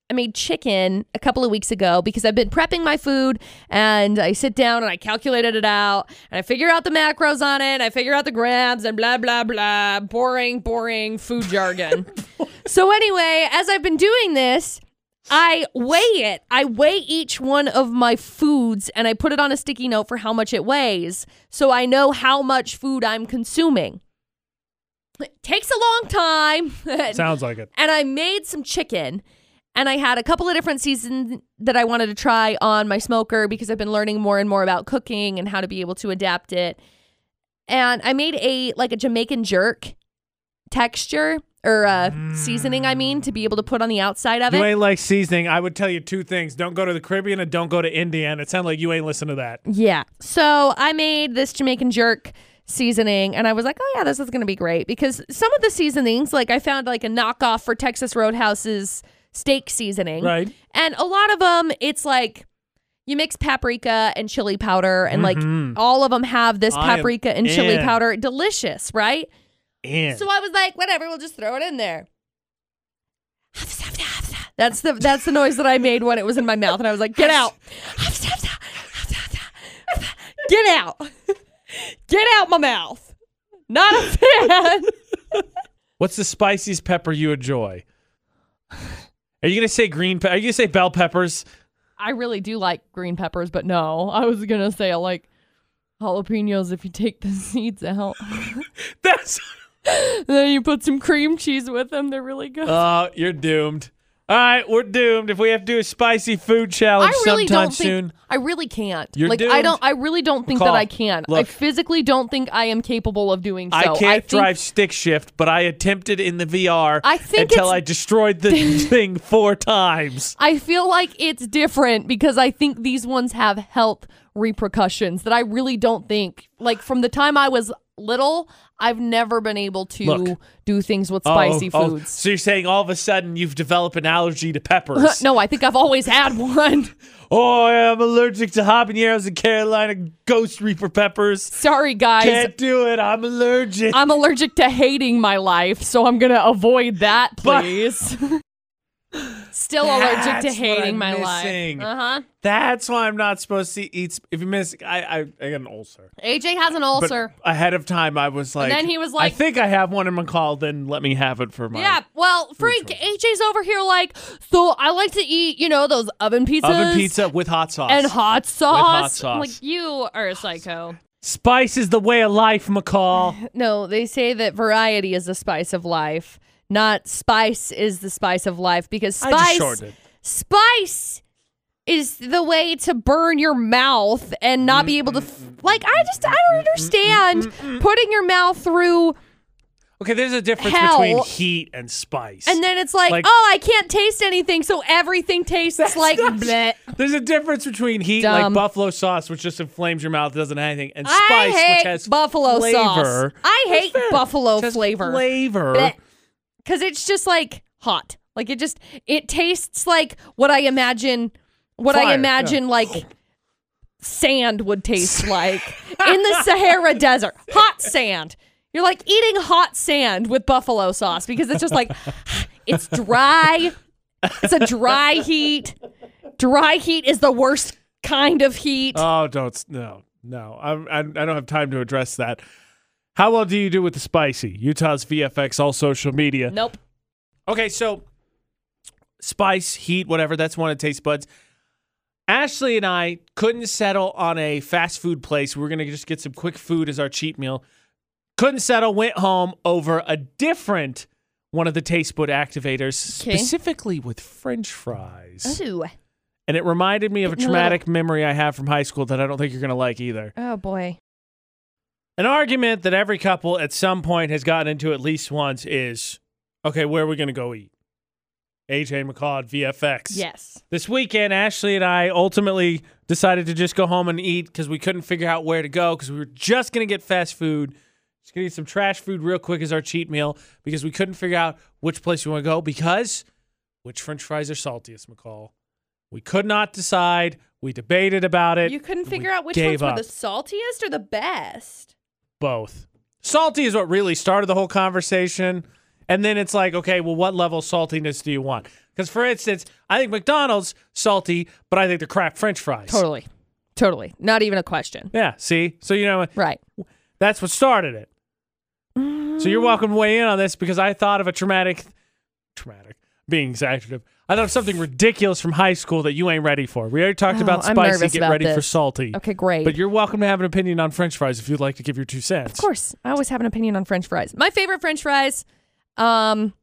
B: I made chicken a couple of weeks ago because I've been prepping my food and I sit down and I calculated it out and I figure out the macros on it and I figure out the grams and blah, blah, blah. Boring, boring food jargon. so, anyway, as I've been doing this, I weigh it. I weigh each one of my foods and I put it on a sticky note for how much it weighs so I know how much food I'm consuming. It takes a long time. [LAUGHS]
A: Sounds like it.
B: and I made some chicken. And I had a couple of different seasons that I wanted to try on my smoker because I've been learning more and more about cooking and how to be able to adapt it. And I made a like a Jamaican jerk texture or uh, seasoning, I mean, to be able to put on the outside of
A: You
B: it.
A: ain't like seasoning. I would tell you two things: don't go to the Caribbean and don't go to Indiana. It sounded like you ain't listen to that.
B: Yeah. So I made this Jamaican jerk seasoning and I was like, oh yeah, this is gonna be great because some of the seasonings, like I found like a knockoff for Texas Roadhouse's steak seasoning.
A: Right.
B: And a lot of them, it's like you mix paprika and chili powder, and like all of them have this
A: Mm-hmm. I am
B: paprika and chili
A: in.
B: powder. Delicious, right?
A: And
B: So I was like, whatever, we'll just throw it in there. That's the that's the noise that I made when it was in my mouth, and I was like, get out, get out, [LAUGHS] get out my mouth. Not a fan.
A: what's the spiciest pepper you enjoy? Are you gonna say green? Pe- are you gonna say bell peppers?
B: I really do like green peppers, but no, I was gonna say I like jalapenos if you take the [LAUGHS] seeds out.
A: That's
B: then you put some cream cheese with them. They're really good.
A: [LAUGHS] oh, you're doomed. All right, we're doomed if we have to do a spicy food
B: I
A: challenge
B: really
A: sometime
B: don't think
A: soon.
B: I really can't.
A: You're
B: like I
A: doomed.
B: don't. I really don't think
A: Call.
B: that I can. I
A: Look.
B: physically don't think I am capable of doing so.
A: I can't
B: think-
A: drive stick shift, but I attempted in the VR
B: I think
A: until
B: it's-
A: I destroyed
B: [LAUGHS]
A: the thing four times.
B: I feel like it's different because I think these ones have health repercussions that I really don't think. Like from the time I was little, I've never been able to
A: Look.
B: do things with spicy
A: Oh, oh,
B: foods.
A: so you're saying all of a sudden you've developed an allergy to
B: [LAUGHS]
A: peppers? [LAUGHS]
B: no, I think I've always had one. [LAUGHS]
A: Oh, I'm allergic to habaneros and Carolina ghost reaper peppers.
B: Sorry, guys.
A: Can't do it. I'm allergic.
B: I'm allergic to hating my life, so I'm gonna avoid that,
A: [LAUGHS] But-
B: please. [LAUGHS] Still allergic
A: That's
B: to
A: what
B: hating
A: I'm
B: my
A: missing.
B: life. Uh huh.
A: That's why I'm not supposed to eat. sp- If you miss, I I, I got an ulcer.
B: AJ has an
A: But
B: ulcer.
A: ahead of time, I was like,
B: then he was
A: I
B: like-
A: think I have one in my call. Then let me have it for my
B: yeah, well, Frank, AJ's over here like, so I like to eat, you know, those oven pizzas
A: oven pizza with hot sauce
B: and hot sauce.
A: sauce.
B: I'm like, you are a psycho.
A: Spice is the way of life,
B: [LAUGHS]
A: McCall.
B: [SIGHS] No, they say that variety is the spice of life, not spice is the spice of life because
A: I just
B: spice
A: shorted.
B: spice is the way to burn your mouth and not be able to f- like I just I don't understand putting your mouth through
A: Okay, there's a difference
B: Hell.
A: between heat and spice.
B: and then it's like,
A: Like-
B: oh I can't taste anything so everything tastes like bleh.
A: there's a difference between heat, like
B: Dumb.
A: buffalo sauce, which just inflames your mouth, doesn't have anything, and
B: I
A: spice,
B: hate
A: which has
B: buffalo
A: flavor.
B: sauce. I
A: That's
B: hate
A: fair.
B: buffalo
A: It has
B: flavor.
A: Flavor.
B: because it's just like hot. Like it just it tastes like what I imagine what
A: Fire, yeah.
B: I imagine like sand
A: [LAUGHS]
B: would taste like in the Sahara desert. Hot sand. You're like eating hot sand with buffalo sauce because it's just like [SIGHS] it's dry. It's a dry heat. Dry heat is the worst kind of heat.
A: Oh, don't s- no no. I'm, I I don't have time to address that. How well do you do with the spicy? Utah's VFX all social media.
B: nope.
A: Okay, so spice, heat, whatever. That's one of taste buds. Ashley and I couldn't settle on a fast food place. We were gonna just get some quick food as our cheat meal. Couldn't settle. Went home over a different one of the taste bud activators,
B: Okay. Oh.
A: specifically with French fries.
B: Ooh.
A: And it reminded me of a
B: Getting a
A: traumatic memory I have from high school that I don't think you're gonna like either.
B: Oh boy.
A: An argument that every couple at some point has gotten into at least once is okay, where are we going to go eat? AJ McCall at VFX.
B: Yes.
A: This weekend, Ashley and I ultimately decided to just go home and eat because we couldn't figure out where to go because we were just going to get fast food. Just going to eat some trash food real quick as our cheat meal because we couldn't figure out which place we want to go because which french fries are saltiest, McCall. We could not decide. We debated about it.
B: You couldn't
A: We
B: figure out which
A: gave
B: ones
A: up
B: were the saltiest or the best.
A: both. Salty is what really started the whole conversation. And then it's like, okay, well, what level of saltiness do you want? Because, for instance, I think McDonald's salty, but I think the crap French fries.
B: Totally. Totally. Not even a question.
A: Yeah, see? So, you know,
B: Right.
A: that's what started it. So, you're welcome to weigh in on this because I thought of a traumatic, traumatic, being exaggerative. I thought of something ridiculous from high school that you ain't ready for. We already talked
B: Oh,
A: about
B: I'm
A: spicy,
B: nervous
A: get
B: about
A: ready for
B: this.
A: salty.
B: Okay, great.
A: But you're welcome to have an opinion on French fries if you'd like to give your two cents.
B: of course, I always have an opinion on french fries. My favorite french fries, um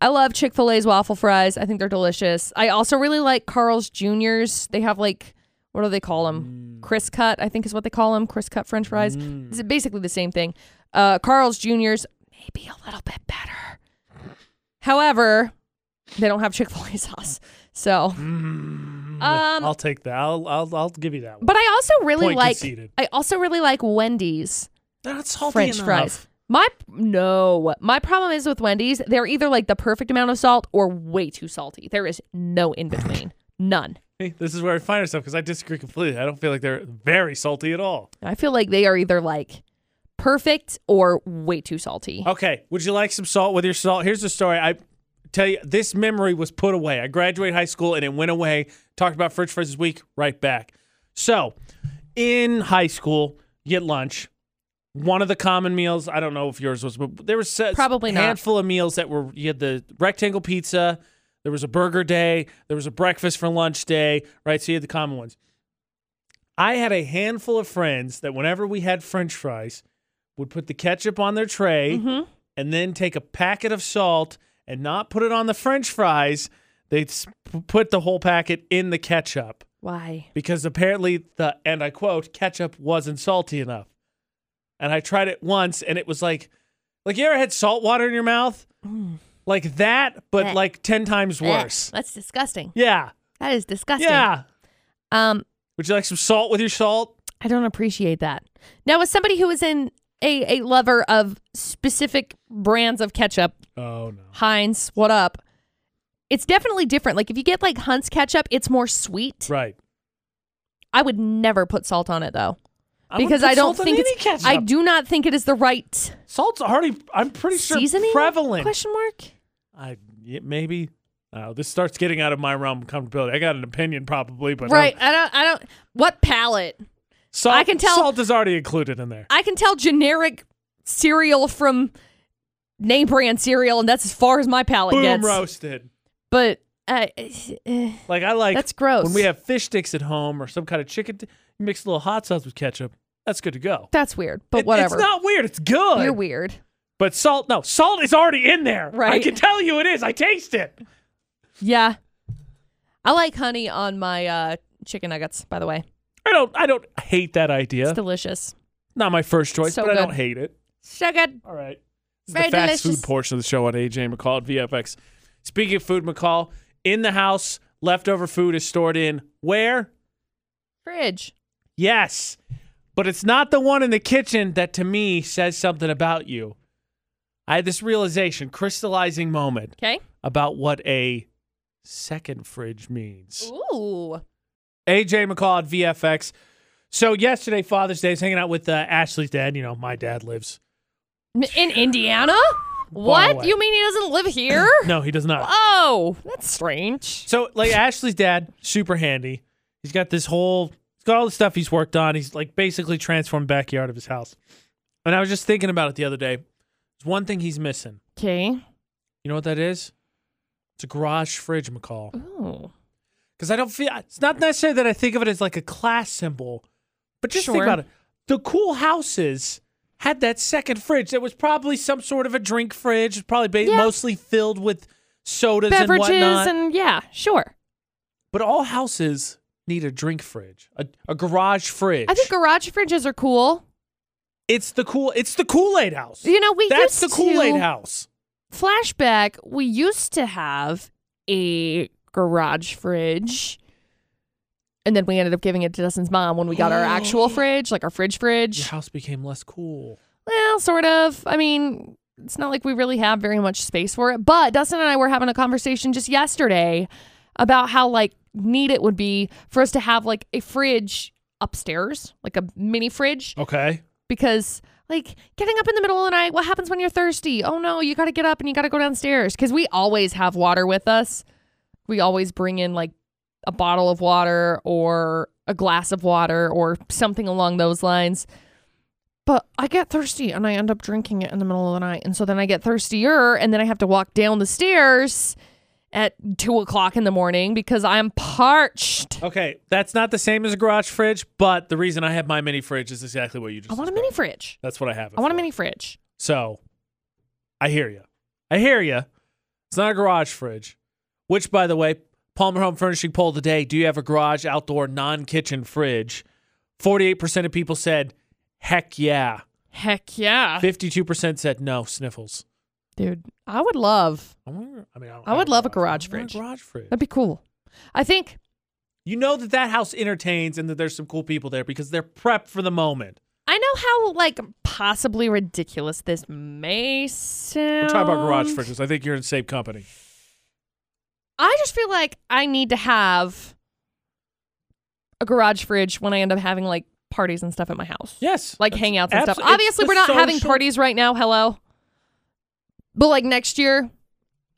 B: I love Chick-fil-A's waffle fries. I think they're delicious. I also really like Carl's Jr.'s. They have like what do they call them?
A: Mm.
B: Crisp cut, I think is what they call them, crisp cut french fries. It's basically the same thing. Uh Carl's Jr.'s maybe a little bit better. However, they don't have Chick-fil-A [LAUGHS] sauce. So
A: Mm.
B: um,
A: I'll take that. I'll, I'll I'll give you that one.
B: But I also really
A: Point
B: like.
A: conceded.
B: I also really like Wendy's
A: They're not salty
B: French
A: enough.
B: fries. My no, my problem is with Wendy's. They're either like the perfect amount of salt or way too salty. There is no
A: [SIGHS]
B: in between, none.
A: Hey, This is where I find ourselves because I disagree completely. I don't feel like they're very salty at all.
B: I feel like they are either like perfect or way too salty.
A: Okay, would you like some salt with your salt? Here's the story. I tell you, this memory was put away. I graduated high school and it went away. Talked about French fries this week, right back. So, in high school, you get lunch. One of the common meals, I don't know if yours was, but there was a
B: Probably not.
A: handful of meals that were you had the rectangle pizza, There was a burger day. There was a breakfast for lunch day, right? So you had the common ones. I had a handful of friends that whenever we had French fries, would put the ketchup on their tray
B: Mhm.
A: and then take a packet of salt and not put it on the French fries. They'd s- p- put the whole packet in the ketchup
B: Why?
A: because apparently the and I quote ketchup wasn't salty enough. And I tried it once and it was like like you ever had salt water in your mouth?
B: Mm.
A: Like that, but
B: Blech.
A: like ten times
B: Ugh,
A: worse.
B: Eh, That's disgusting.
A: Yeah.
B: That is disgusting.
A: Yeah.
B: Um,
A: Would you like some salt with your salt?
B: I don't appreciate that. Now, as somebody who is in a, a lover of specific brands of ketchup,
A: Oh no.
B: Heinz, what up? It's definitely different. Like if you get like Hunt's ketchup, it's more sweet.
A: Right.
B: I would never put salt on it though.
A: I wouldn't
B: because
A: put
B: I don't
A: salt in
B: think
A: any
B: it's
A: ketchup.
B: I do not think it is the right
A: salt's already I'm pretty sure
B: seasoning
A: prevalent.
B: question mark.
A: I yeah, maybe Oh, this starts getting out of my realm of comfortability. I got an opinion probably, but um,
B: right. I don't I don't what palate?
A: salt,
B: I can tell-
A: salt is already included in there.
B: I can tell generic cereal from name brand cereal and that's as far as my palate
A: Boom
B: gets.
A: roasted.
B: But uh, eh,
A: Like I like
B: That's gross.
A: When we have fish sticks at home or some kind of chicken, t- you mix a little hot sauce with ketchup. That's good to go.
B: that's weird. But
A: It-
B: whatever.
A: It's not weird. It's good.
B: You're weird.
A: But salt, no, salt is already in there. I
B: Right.
A: can tell you it is. I taste it.
B: Yeah. I like honey on my uh, chicken nuggets, by the way.
A: I don't. I don't hate that idea.
B: It's delicious.
A: not my first choice,
B: so
A: but I don't
B: good.
A: hate it.
B: So good.
A: All right. This
B: Very
A: is the fast
B: delicious.
A: food portion of the show on AJ McCall at VFX. Speaking of food, McCall in the house, leftover food is stored in where?
B: Fridge.
A: Yes. But it's not the one in the kitchen that to me says something about you. I had this realization, crystallizing moment
B: Okay.
A: about what a second fridge means.
B: Ooh.
A: AJ McCall at VFX. So yesterday, Father's Day, I was hanging out with uh, Ashley's dad. You know, my dad lives.
B: M- In Indiana? What?
A: away.
B: You mean he doesn't
A: [LAUGHS]
B: live here?
A: No, he does not.
B: oh, that's strange.
A: So like Ashley's dad, super handy. He's got this whole he's got all the stuff he's worked on. He's like basically transformed backyard of his house. And I was just thinking about it the other day. There's one thing he's missing.
B: Okay.
A: You know what that is? It's a garage fridge,
B: Mm.
A: McCall.
B: Ooh.
A: Because I don't feel it's not necessarily that I think of it as like a class symbol, but just think
B: Sure.
A: about it. The cool houses had that second fridge that was probably some sort of a drink fridge, It's probably ba-
B: Yeah.
A: mostly filled with sodas
B: Beverages
A: and whatnot.
B: and yeah, sure.
A: But all houses need a drink fridge, a, a garage fridge.
B: I think garage fridges are cool.
A: it's the cool. It's the Kool Aid house.
B: You know, we
A: That's the
B: used
A: Kool Aid
B: to-
A: house.
B: flashback, we used to have a garage fridge. And then we ended up giving it to Dustin's mom when we got our actual fridge, like our fridge
A: Your
B: fridge.
A: house became less cool.
B: Well, sort of. I mean, it's not like we really have very much space for it. But Dustin and I were having a conversation just yesterday about how like neat it would be for us to have like a fridge upstairs, like a mini fridge
A: Okay.
B: because like getting up in the middle of the night what happens when you're thirsty oh no you got to get up and you got to go downstairs because we always have water with us we always bring in like a bottle of water or a glass of water or something along those lines but i get thirsty and i end up drinking it in the middle of the night and so then i get thirstier and then i have to walk down the stairs at two o'clock in the morning because i'm parched
A: Okay. That's not the same as a garage fridge, but the reason I have my mini fridge is exactly what you just.
B: i want a
A: described.
B: mini fridge
A: That's what I have. it
B: i want a
A: for.
B: mini fridge
A: So, I hear you. I hear you. It's not a garage fridge, which, by the way, Palmer Home Furnishing poll today. Do you have a garage, outdoor, non-kitchen fridge? Forty-eight percent of people said, "Heck yeah."
B: heck yeah
A: Fifty-two percent said no. Sniffles.
B: dude i would love
A: I wonder. I mean, I, don't
B: I
A: have
B: would love a garage
A: I want
B: fridge.
A: A garage fridge.
B: That'd be cool. I think
A: You know that that house entertains and that there's some cool people there because they're prepped for the moment.
B: I know how like possibly ridiculous this may sound.
A: We're talking about garage fridges. I think you're in safe company.
B: I just feel like I need to have a garage fridge when I end up having like parties and stuff at my house.
A: Yes.
B: Like
A: That's
B: hangouts and stuff.
A: abso- it's
B: Obviously,
A: the
B: we're not having
A: social-
B: parties right now. Hello. But like next year,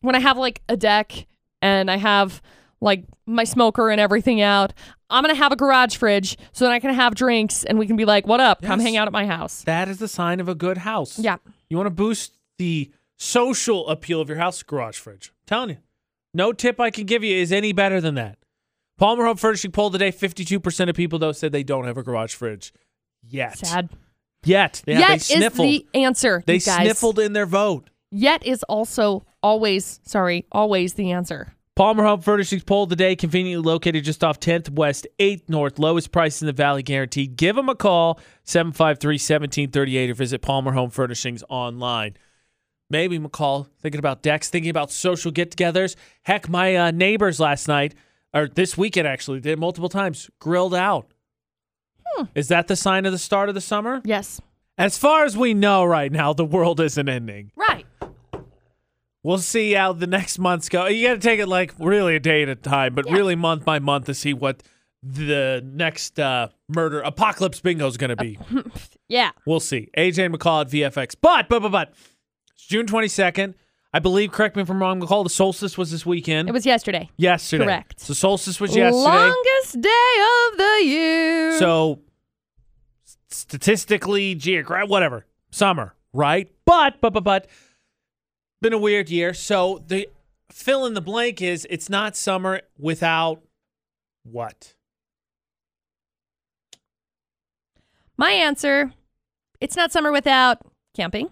B: when I have like a deck and I have like my smoker and everything out, I'm going to have a garage fridge so that I can have drinks and we can be like, what up? Come
A: Yes.
B: hang out at my house.
A: That is the sign of a good house.
B: Yeah.
A: You want to boost the social appeal of your house, garage fridge. I'm telling you. No tip I can give you is any better than that. Palmer Home Furnishing poll today 52% of people, though, said they don't have a garage fridge. Yet.
B: Sad.
A: Yet. They,
B: Yet
A: they
B: is
A: sniffled.
B: the answer.
A: they
B: you guys.
A: sniffled in their vote.
B: Yet is also always, sorry, always the answer.
A: Palmer Home Furnishings poll today, conveniently located just off 10th West, 8th North, lowest price in the valley guaranteed. Give them a call, 753-1738, or visit Palmer Home Furnishings online. Maybe McCall thinking about decks, thinking about social get-togethers. Heck, my uh, neighbors last night, or this weekend actually, did it multiple times, grilled out. Is that the sign of the start of the summer?
B: Yes.
A: As far as we know right now, the world isn't ending.
B: Right.
A: We'll see how the next months go. You got to take it like really a day at a time, but
B: Yeah.
A: really month by month to see what the next uh, murder apocalypse bingo is going to be.
B: Yeah.
A: we'll see. AJ and McCall at VFX. But, but, but, but, it's June 22nd. I believe, correct me if I'm wrong, McCall, the solstice was this weekend.
B: It was yesterday.
A: yesterday.
B: correct.
A: So, solstice was yesterday.
B: Longest day of the year.
A: So statistically, geographic, whatever, summer, right? But but but but been a weird year. So the fill in the blank is it's not summer without what?
B: my answer it's not summer without camping,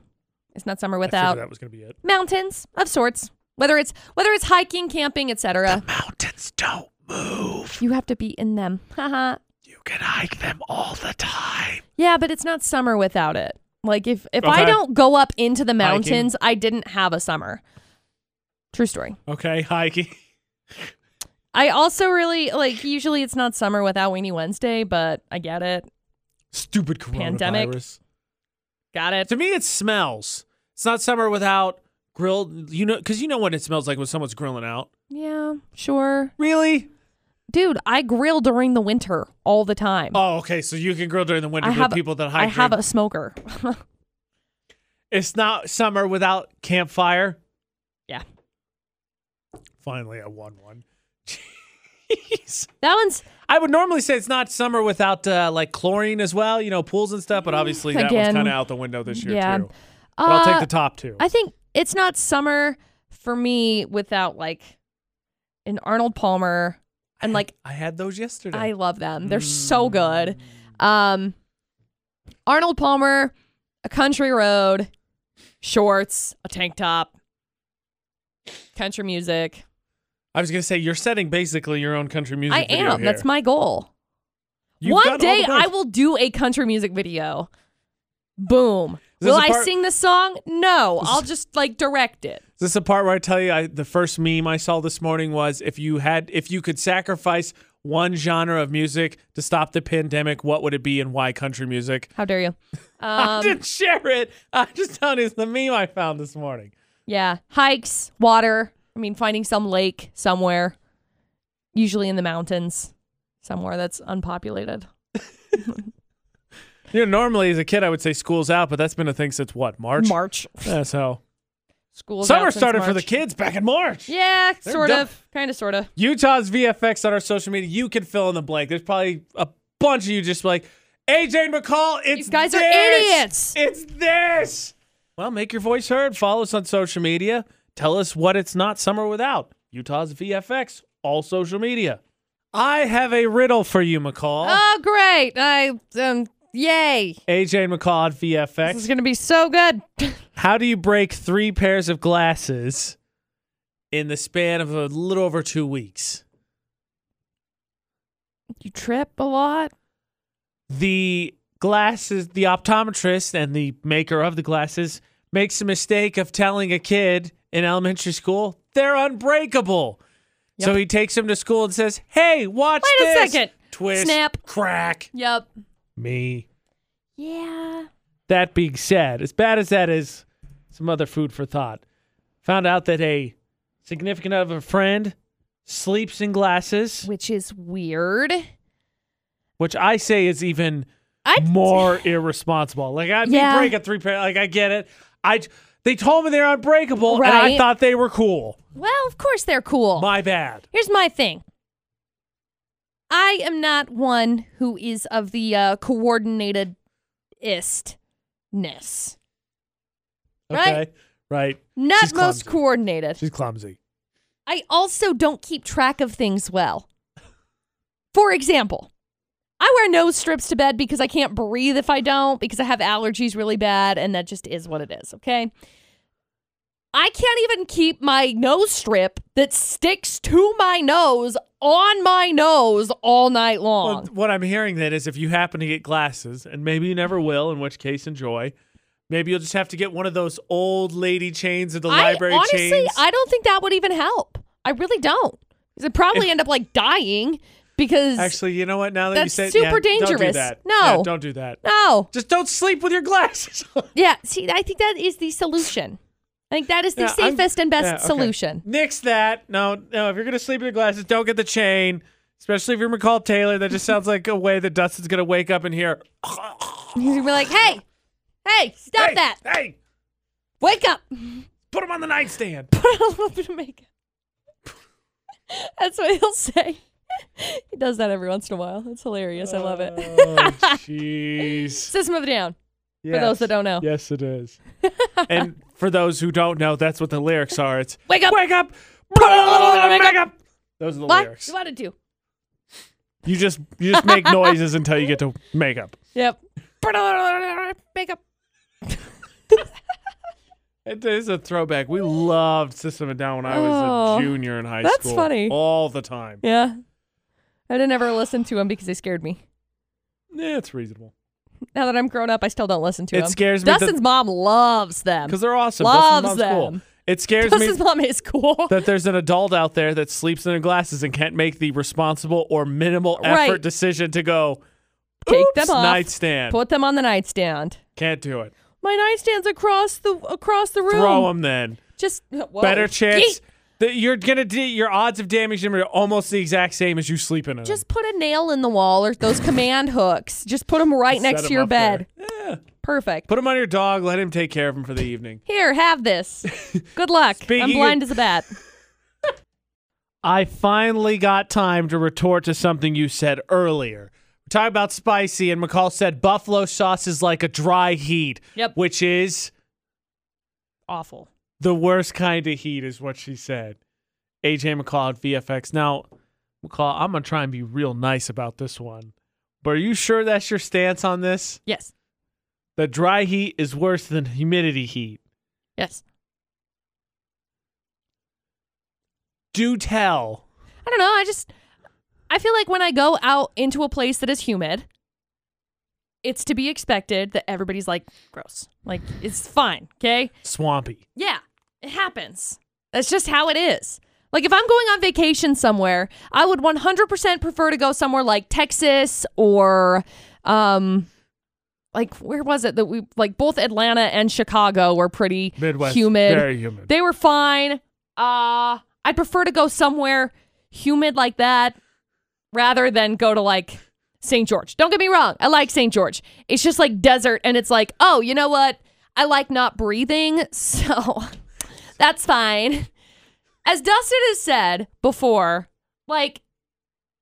B: it's not summer
A: I
B: without
A: figured that was gonna be it.
B: mountains of sorts. Whether it's whether it's hiking, camping, etc.
A: Mountains don't move.
B: [LAUGHS] You have to be in them. [LAUGHS] Haha.
A: You can hike them all the time.
B: yeah, but it's not summer without it. Like if if I
A: Okay.
B: don't go up into the mountains, I didn't have a summer. True story.
A: Okay, hiking. [LAUGHS]
B: I also really like usually it's not summer without Weenie Wednesday, but I get it.
A: Stupid
B: Pandemic.
A: coronavirus.
B: Got it.
A: To me, it smells. It's not summer without grilled. You know, because you know what it smells like when someone's grilling out.
B: Yeah, sure.
A: Really?
B: Dude, I grill during the winter all the time.
A: Oh, okay. So you can grill during the winter
B: I
A: with
B: have-
A: people that hike.
B: I have
A: during-
B: a smoker. [LAUGHS]
A: it's not summer without campfire.
B: Yeah.
A: Finally, I won one. [LAUGHS] Jeez.
B: that one's
A: I would normally say it's not summer without uh, like chlorine as well, you know, pools and stuff. But obviously, that one's
B: Mm-hmm. Again.
A: kind of out the window this year
B: Yeah.
A: too. But I'll
B: uh,
A: take the top two.
B: I think it's not summer for me without like an
A: [LAUGHS]
B: Arnold Palmer and like
A: I had those yesterday.
B: I love them. They're so good.
A: Mm.
B: Um Arnold Palmer, a country road, shorts, a tank top, country music.
A: I was gonna say you're setting basically your own country music.
B: I
A: video
B: am.
A: here.
B: That's my goal.
A: You've got all
B: One
A: the
B: day
A: parts.
B: I will do a country music video. Boom.
A: Is this
B: Will
A: a
B: I
A: part-
B: sing the song? No. I'll just like
A: [LAUGHS]
B: direct it.
A: Is this the part where I tell you I, the first meme I saw this morning was if you had if you could sacrifice one genre of music to stop the pandemic, what would it be and why country music? [LAUGHS]
B: How dare you?
A: I
B: Um,
A: didn't share it. I just telling you it's the meme I found this morning.
B: yeah. Hikes, water. I mean, finding some lake somewhere, usually in the mountains, somewhere that's unpopulated.
A: You know, normally as a kid I would say school's out, but that's been a thing since what March.
B: March.
A: Yeah, so
B: School's out
A: summer
B: since
A: started for the
B: March.
A: kids back in March.
B: Yeah,
A: They're
B: sort
A: done.
B: of. Kind of, sort of.
A: Utah's VFX on our social media. You can fill in the blank. There's probably a bunch of you just like, AJ McCall, it's
B: You guys are
A: this!
B: idiots!
A: It's this. Well, make your voice heard. Follow us on social media. Tell us what it's not summer without. Utah's VFX, all social media. I have a riddle for you, McCall.
B: Oh, great. I, um, yay.
A: AJ McCall at
B: This is
A: VFX.
B: going to be so good. [LAUGHS]
A: How do you break three pairs of glasses in the span of a little over two weeks?
B: you trip a lot.
A: the glasses, the optometrist and the maker of the glasses makes a mistake of telling a kid in elementary school they're unbreakable. So he takes him to school and says, "Hey, watch
B: Wait a
A: this."
B: second.
A: Twist,
B: Snap.
A: crack,
B: Yep.
A: me.
B: Yeah.
A: That being said, as bad as that is, some other food for thought. Found out that a significant other friend sleeps in glasses,
B: Which is weird.
A: which I say is even
B: I
A: more irresponsible. Like I
B: Yeah.
A: me break a three pair. Like I get it. I they told me they're unbreakable, and I
B: Right.
A: thought they were cool.
B: Well, of course they're cool.
A: My bad.
B: Here's my thing. I am not one who is of the uh, coordinated istness. Right?
A: Okay. Right.
B: Not
A: She's
B: most
A: clumsy.
B: coordinated.
A: She's clumsy.
B: I also don't keep track of things well. For example, I wear nose strips to bed because I can't breathe if I don't, because I have allergies really bad, and that just is what it is, okay? I can't even keep my nose strip that sticks to my nose on my nose all night long.
A: Well, what I'm hearing then is if you happen to get glasses, and maybe you never will, in which case enjoy. Maybe you'll just have to get one of those old lady chains of the library
B: I, honestly,
A: chains.
B: I don't think that would even help. I really don't. 'Cause I'd probably end up like dying because
A: Actually, you know what? Now that
B: That's
A: you said
B: super
A: yeah, don't do
B: dangerous.
A: that.
B: No.
A: Yeah, don't do that.
B: no.
A: Just don't sleep with your glasses. [LAUGHS] on.
B: Yeah, see, I think that is the solution. I think that is the
A: Yeah, I'm-
B: safest and best
A: yeah, okay.
B: solution.
A: Nix that. No, no. If you're gonna sleep with your glasses, don't get the chain. Especially if you're McCall Taylor. That
B: [LAUGHS]
A: just sounds like a way that Dustin's gonna wake up and hear.
B: You'd be like, hey, hey, stop
A: hey,
B: that.
A: Hey,
B: Wake up. [LAUGHS]
A: put him on the nightstand.
B: Put on a little bit of makeup. That's what he'll say. he does that every once in a while. It's hilarious. I love it. [LAUGHS]
A: Oh, jeez.
B: System of a Down, for those that don't know.
A: Yes, it
B: [LAUGHS]
A: is. and for those who don't know, that's what the lyrics are.
B: [LAUGHS]
A: It's
B: Wake up.
A: wake up,
B: Put on a little bit of
A: wake up. Those are the
B: What?
A: lyrics.
B: You want to do?
A: You just you just
B: [LAUGHS]
A: make noises until you get to makeup.
B: Yep. Put on a little bit of makeup.
A: It is a throwback. We loved System of a Down when I was
B: Oh,
A: a junior in high
B: that's
A: school.
B: funny.
A: All the time.
B: Yeah. I didn't ever listen to him because they scared me.
A: Yeah, it's reasonable.
B: Now that I'm grown up, I still don't listen to
A: It
B: them.
A: scares me that-
B: Dustin's mom loves them.
A: Because they're awesome.
B: Loves
A: Dustin's mom's cool.
B: them.
A: It scares me
B: Dustin's mom is cool.
A: [LAUGHS] that there's an adult out there that sleeps in their glasses and can't make the responsible or minimal
B: Right.
A: effort decision to go
B: [LAUGHS] Take
A: "Oops,
B: them off.
A: nightstand.
B: Put them on the nightstand.
A: Can't do it.
B: My nightstand's across the across the room.
A: Throw them then.
B: Just whoa.
A: Better chance
B: Yeet.
A: that you're gonna do your odds of damaging them are almost the exact same as you sleeping in
B: Just put a nail in the wall or those command hooks. Just put them right
A: them.
B: next
A: Set 'em
B: to your
A: up there.
B: bed. Perfect.
A: Put them on your dog. Let him take care of them for the evening.
B: Here,
A: [LAUGHS]
B: have this. Good luck.
A: Speaking
B: I'm blind
A: of-
B: as a bat.
A: I finally got time to retort to something you said earlier. We're talking about spicy, and McCall said buffalo sauce is like a dry heat.
B: Yep.
A: Which is
B: Awful.
A: the worst kind of heat, is what she said. AJ McCall at VFX. Now, McCall, I'm going to try and be real nice about this one. But are you sure that's your stance on this?
B: Yes.
A: That dry heat is worse than humidity heat.
B: Yes.
A: Do tell.
B: I don't know. I just I feel like when I go out into a place that is humid, it's to be expected that everybody's like gross. Like it's fine, okay?
A: Swampy.
B: Yeah, it happens. That's just how it is. Like if I'm going on vacation somewhere, I would 100% prefer to go somewhere like Texas or um like where was it that we like both Atlanta and Chicago were pretty
A: Midwest.
B: humid.
A: Very humid.
B: They were fine. Uh I'd prefer to go somewhere humid like that rather than go to like St. George. Don't get me wrong. I like St. George. It's just like desert and it's like, "Oh, you know what? I like not breathing." [LAUGHS] So that's fine. As Dustin has said before, like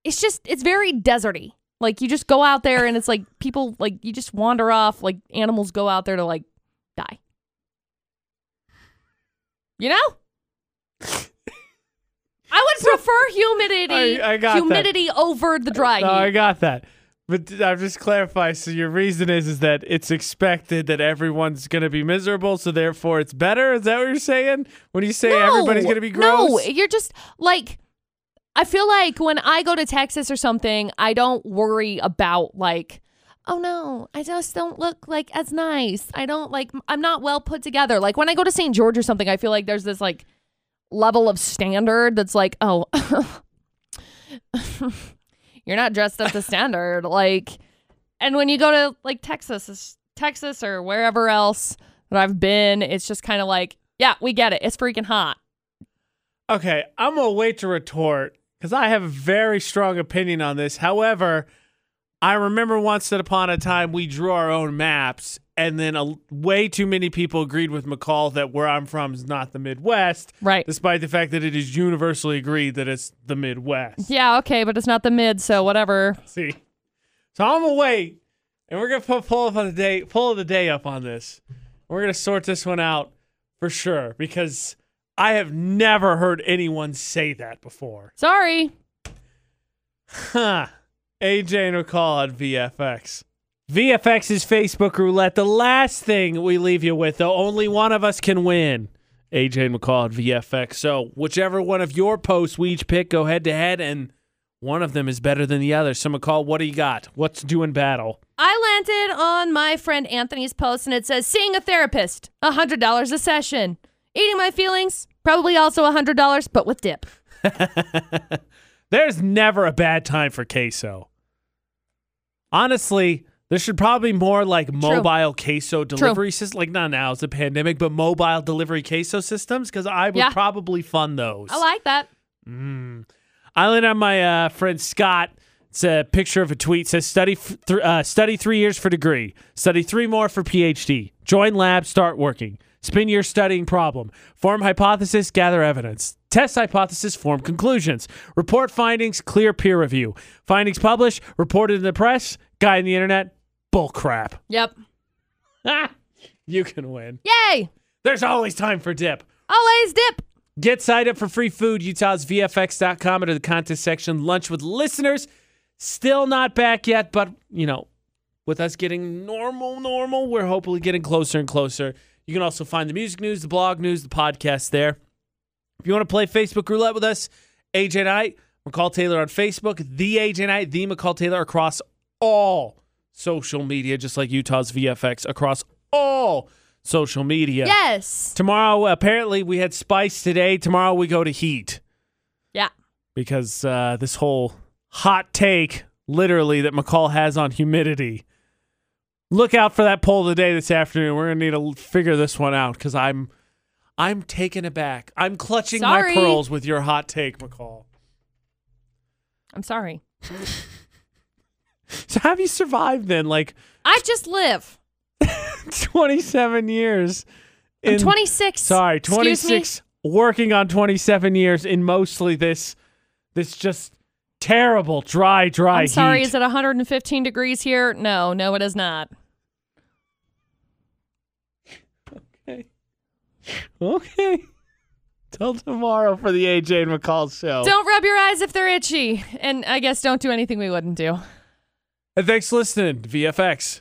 B: it's just it's very deserty. Like you just go out there and it's like people like you just wander off like animals go out there to like die. You know?
A: [LAUGHS]
B: I would prefer humidity
A: I- I got that.
B: humidity over the dry
A: No, I
B: heat.
A: got that. But th- I'm just clarifying. So your reason is is that it's expected that everyone's going to be miserable, so therefore it's better. Is that what you're saying? When you say everybody's
B: No,
A: going to be gross?
B: No, you're just like I feel like when I go to Texas or something, I don't worry about like oh no, I just don't look like as nice. I don't like I'm not well put together. Like when I go to St. George or something, I feel like there's this like level of standard that's like, "Oh, [LAUGHS] you're not dressed up to standard." Like and when you go to like Texas, it's- Texas or wherever else that I've been, it's just kind of like, yeah, we get it. It's freaking hot.
A: Okay, I'm going to wait to retort because I have a very strong opinion on this. However, I remember once that upon a time we drew our own maps, and then a, way too many people agreed with McCall that where I'm from is not the Midwest,
B: Right.
A: despite the fact that it is universally agreed that it's the Midwest.
B: Yeah, okay, but it's not the mid, so whatever.
A: [LAUGHS] See. So I'm gonna wait, and we're gonna put pull up on the day pull of the day up on this. We're gonna sort this one out for sure because I have never heard anyone say that before.
B: Sorry.
A: Huh. AJ and call on VFX. VFX's Facebook roulette. The last thing we leave you with, though, only one of us can win. AJ McCall at VFX. So, whichever one of your posts we each pick, go head to head, and one of them is better than the other. So, McCall, what do you got? What's due in battle?
B: I landed on my friend Anthony's post and it says seeing a therapist, $100 a session. Eating my feelings, probably also $100, but with dip.
A: [LAUGHS] There's never a bad time for queso. Honestly, there should probably be more like mobile queso delivery systems. Like not now, it's a pandemic, but mobile delivery queso systems because I would
B: Yeah.
A: probably fund those.
B: I like that.
A: Mm. I landed on my uh, friend Scott. It's a picture of a tweet. says study f- th- uh, study three years for degree, study three more for PhD. Join lab, start working. Spend your studying problem. Form hypothesis, gather evidence. Test hypothesis, form conclusions. Report findings, clear peer review. Findings published, reported in the press. Guy in the internet, bullcrap.
B: Yep.
A: [LAUGHS] you can win.
B: Yay!
A: There's always time for dip.
B: Always dip.
A: Get signed up for free food, Utah's VFX.com under the contest section. Lunch with listeners. Still not back yet, but you know, with us getting normal, normal, we're hopefully getting closer and closer. You can also find the music news, the blog news, the podcast there. If you want to play Facebook roulette with us, AJ and I, McCall Taylor on Facebook, the AJ and I, the McCall Taylor across all social media, just like Utah's VFX across all social media.
B: Yes.
A: Tomorrow, apparently, we had spice today. Tomorrow, we go to heat
B: Yeah.
A: because uh, this whole hot take, literally, that McCall has on humidity. Look out for that poll today this afternoon. We're gonna need to l- figure this one out because I'm, I'm taken aback. I'm clutching
B: Sorry.
A: my pearls with your hot take, McCall.
B: I'm sorry.
A: So, how have you survived then, like [LAUGHS]
B: I just live.
A: 27 years?
B: I'm
A: in-
B: 26.
A: Sorry,
B: Excuse me?
A: 26 working on 27 years in mostly this this just terrible dry dry
B: I'm sorry.
A: heat.
B: Is it 115 degrees here? No, no, it is not.
A: okay. Till tomorrow for the AJ and McCall show.
B: Don't rub your eyes if they're itchy. And I guess don't do anything we wouldn't do.
A: and thanks for listening to VFX.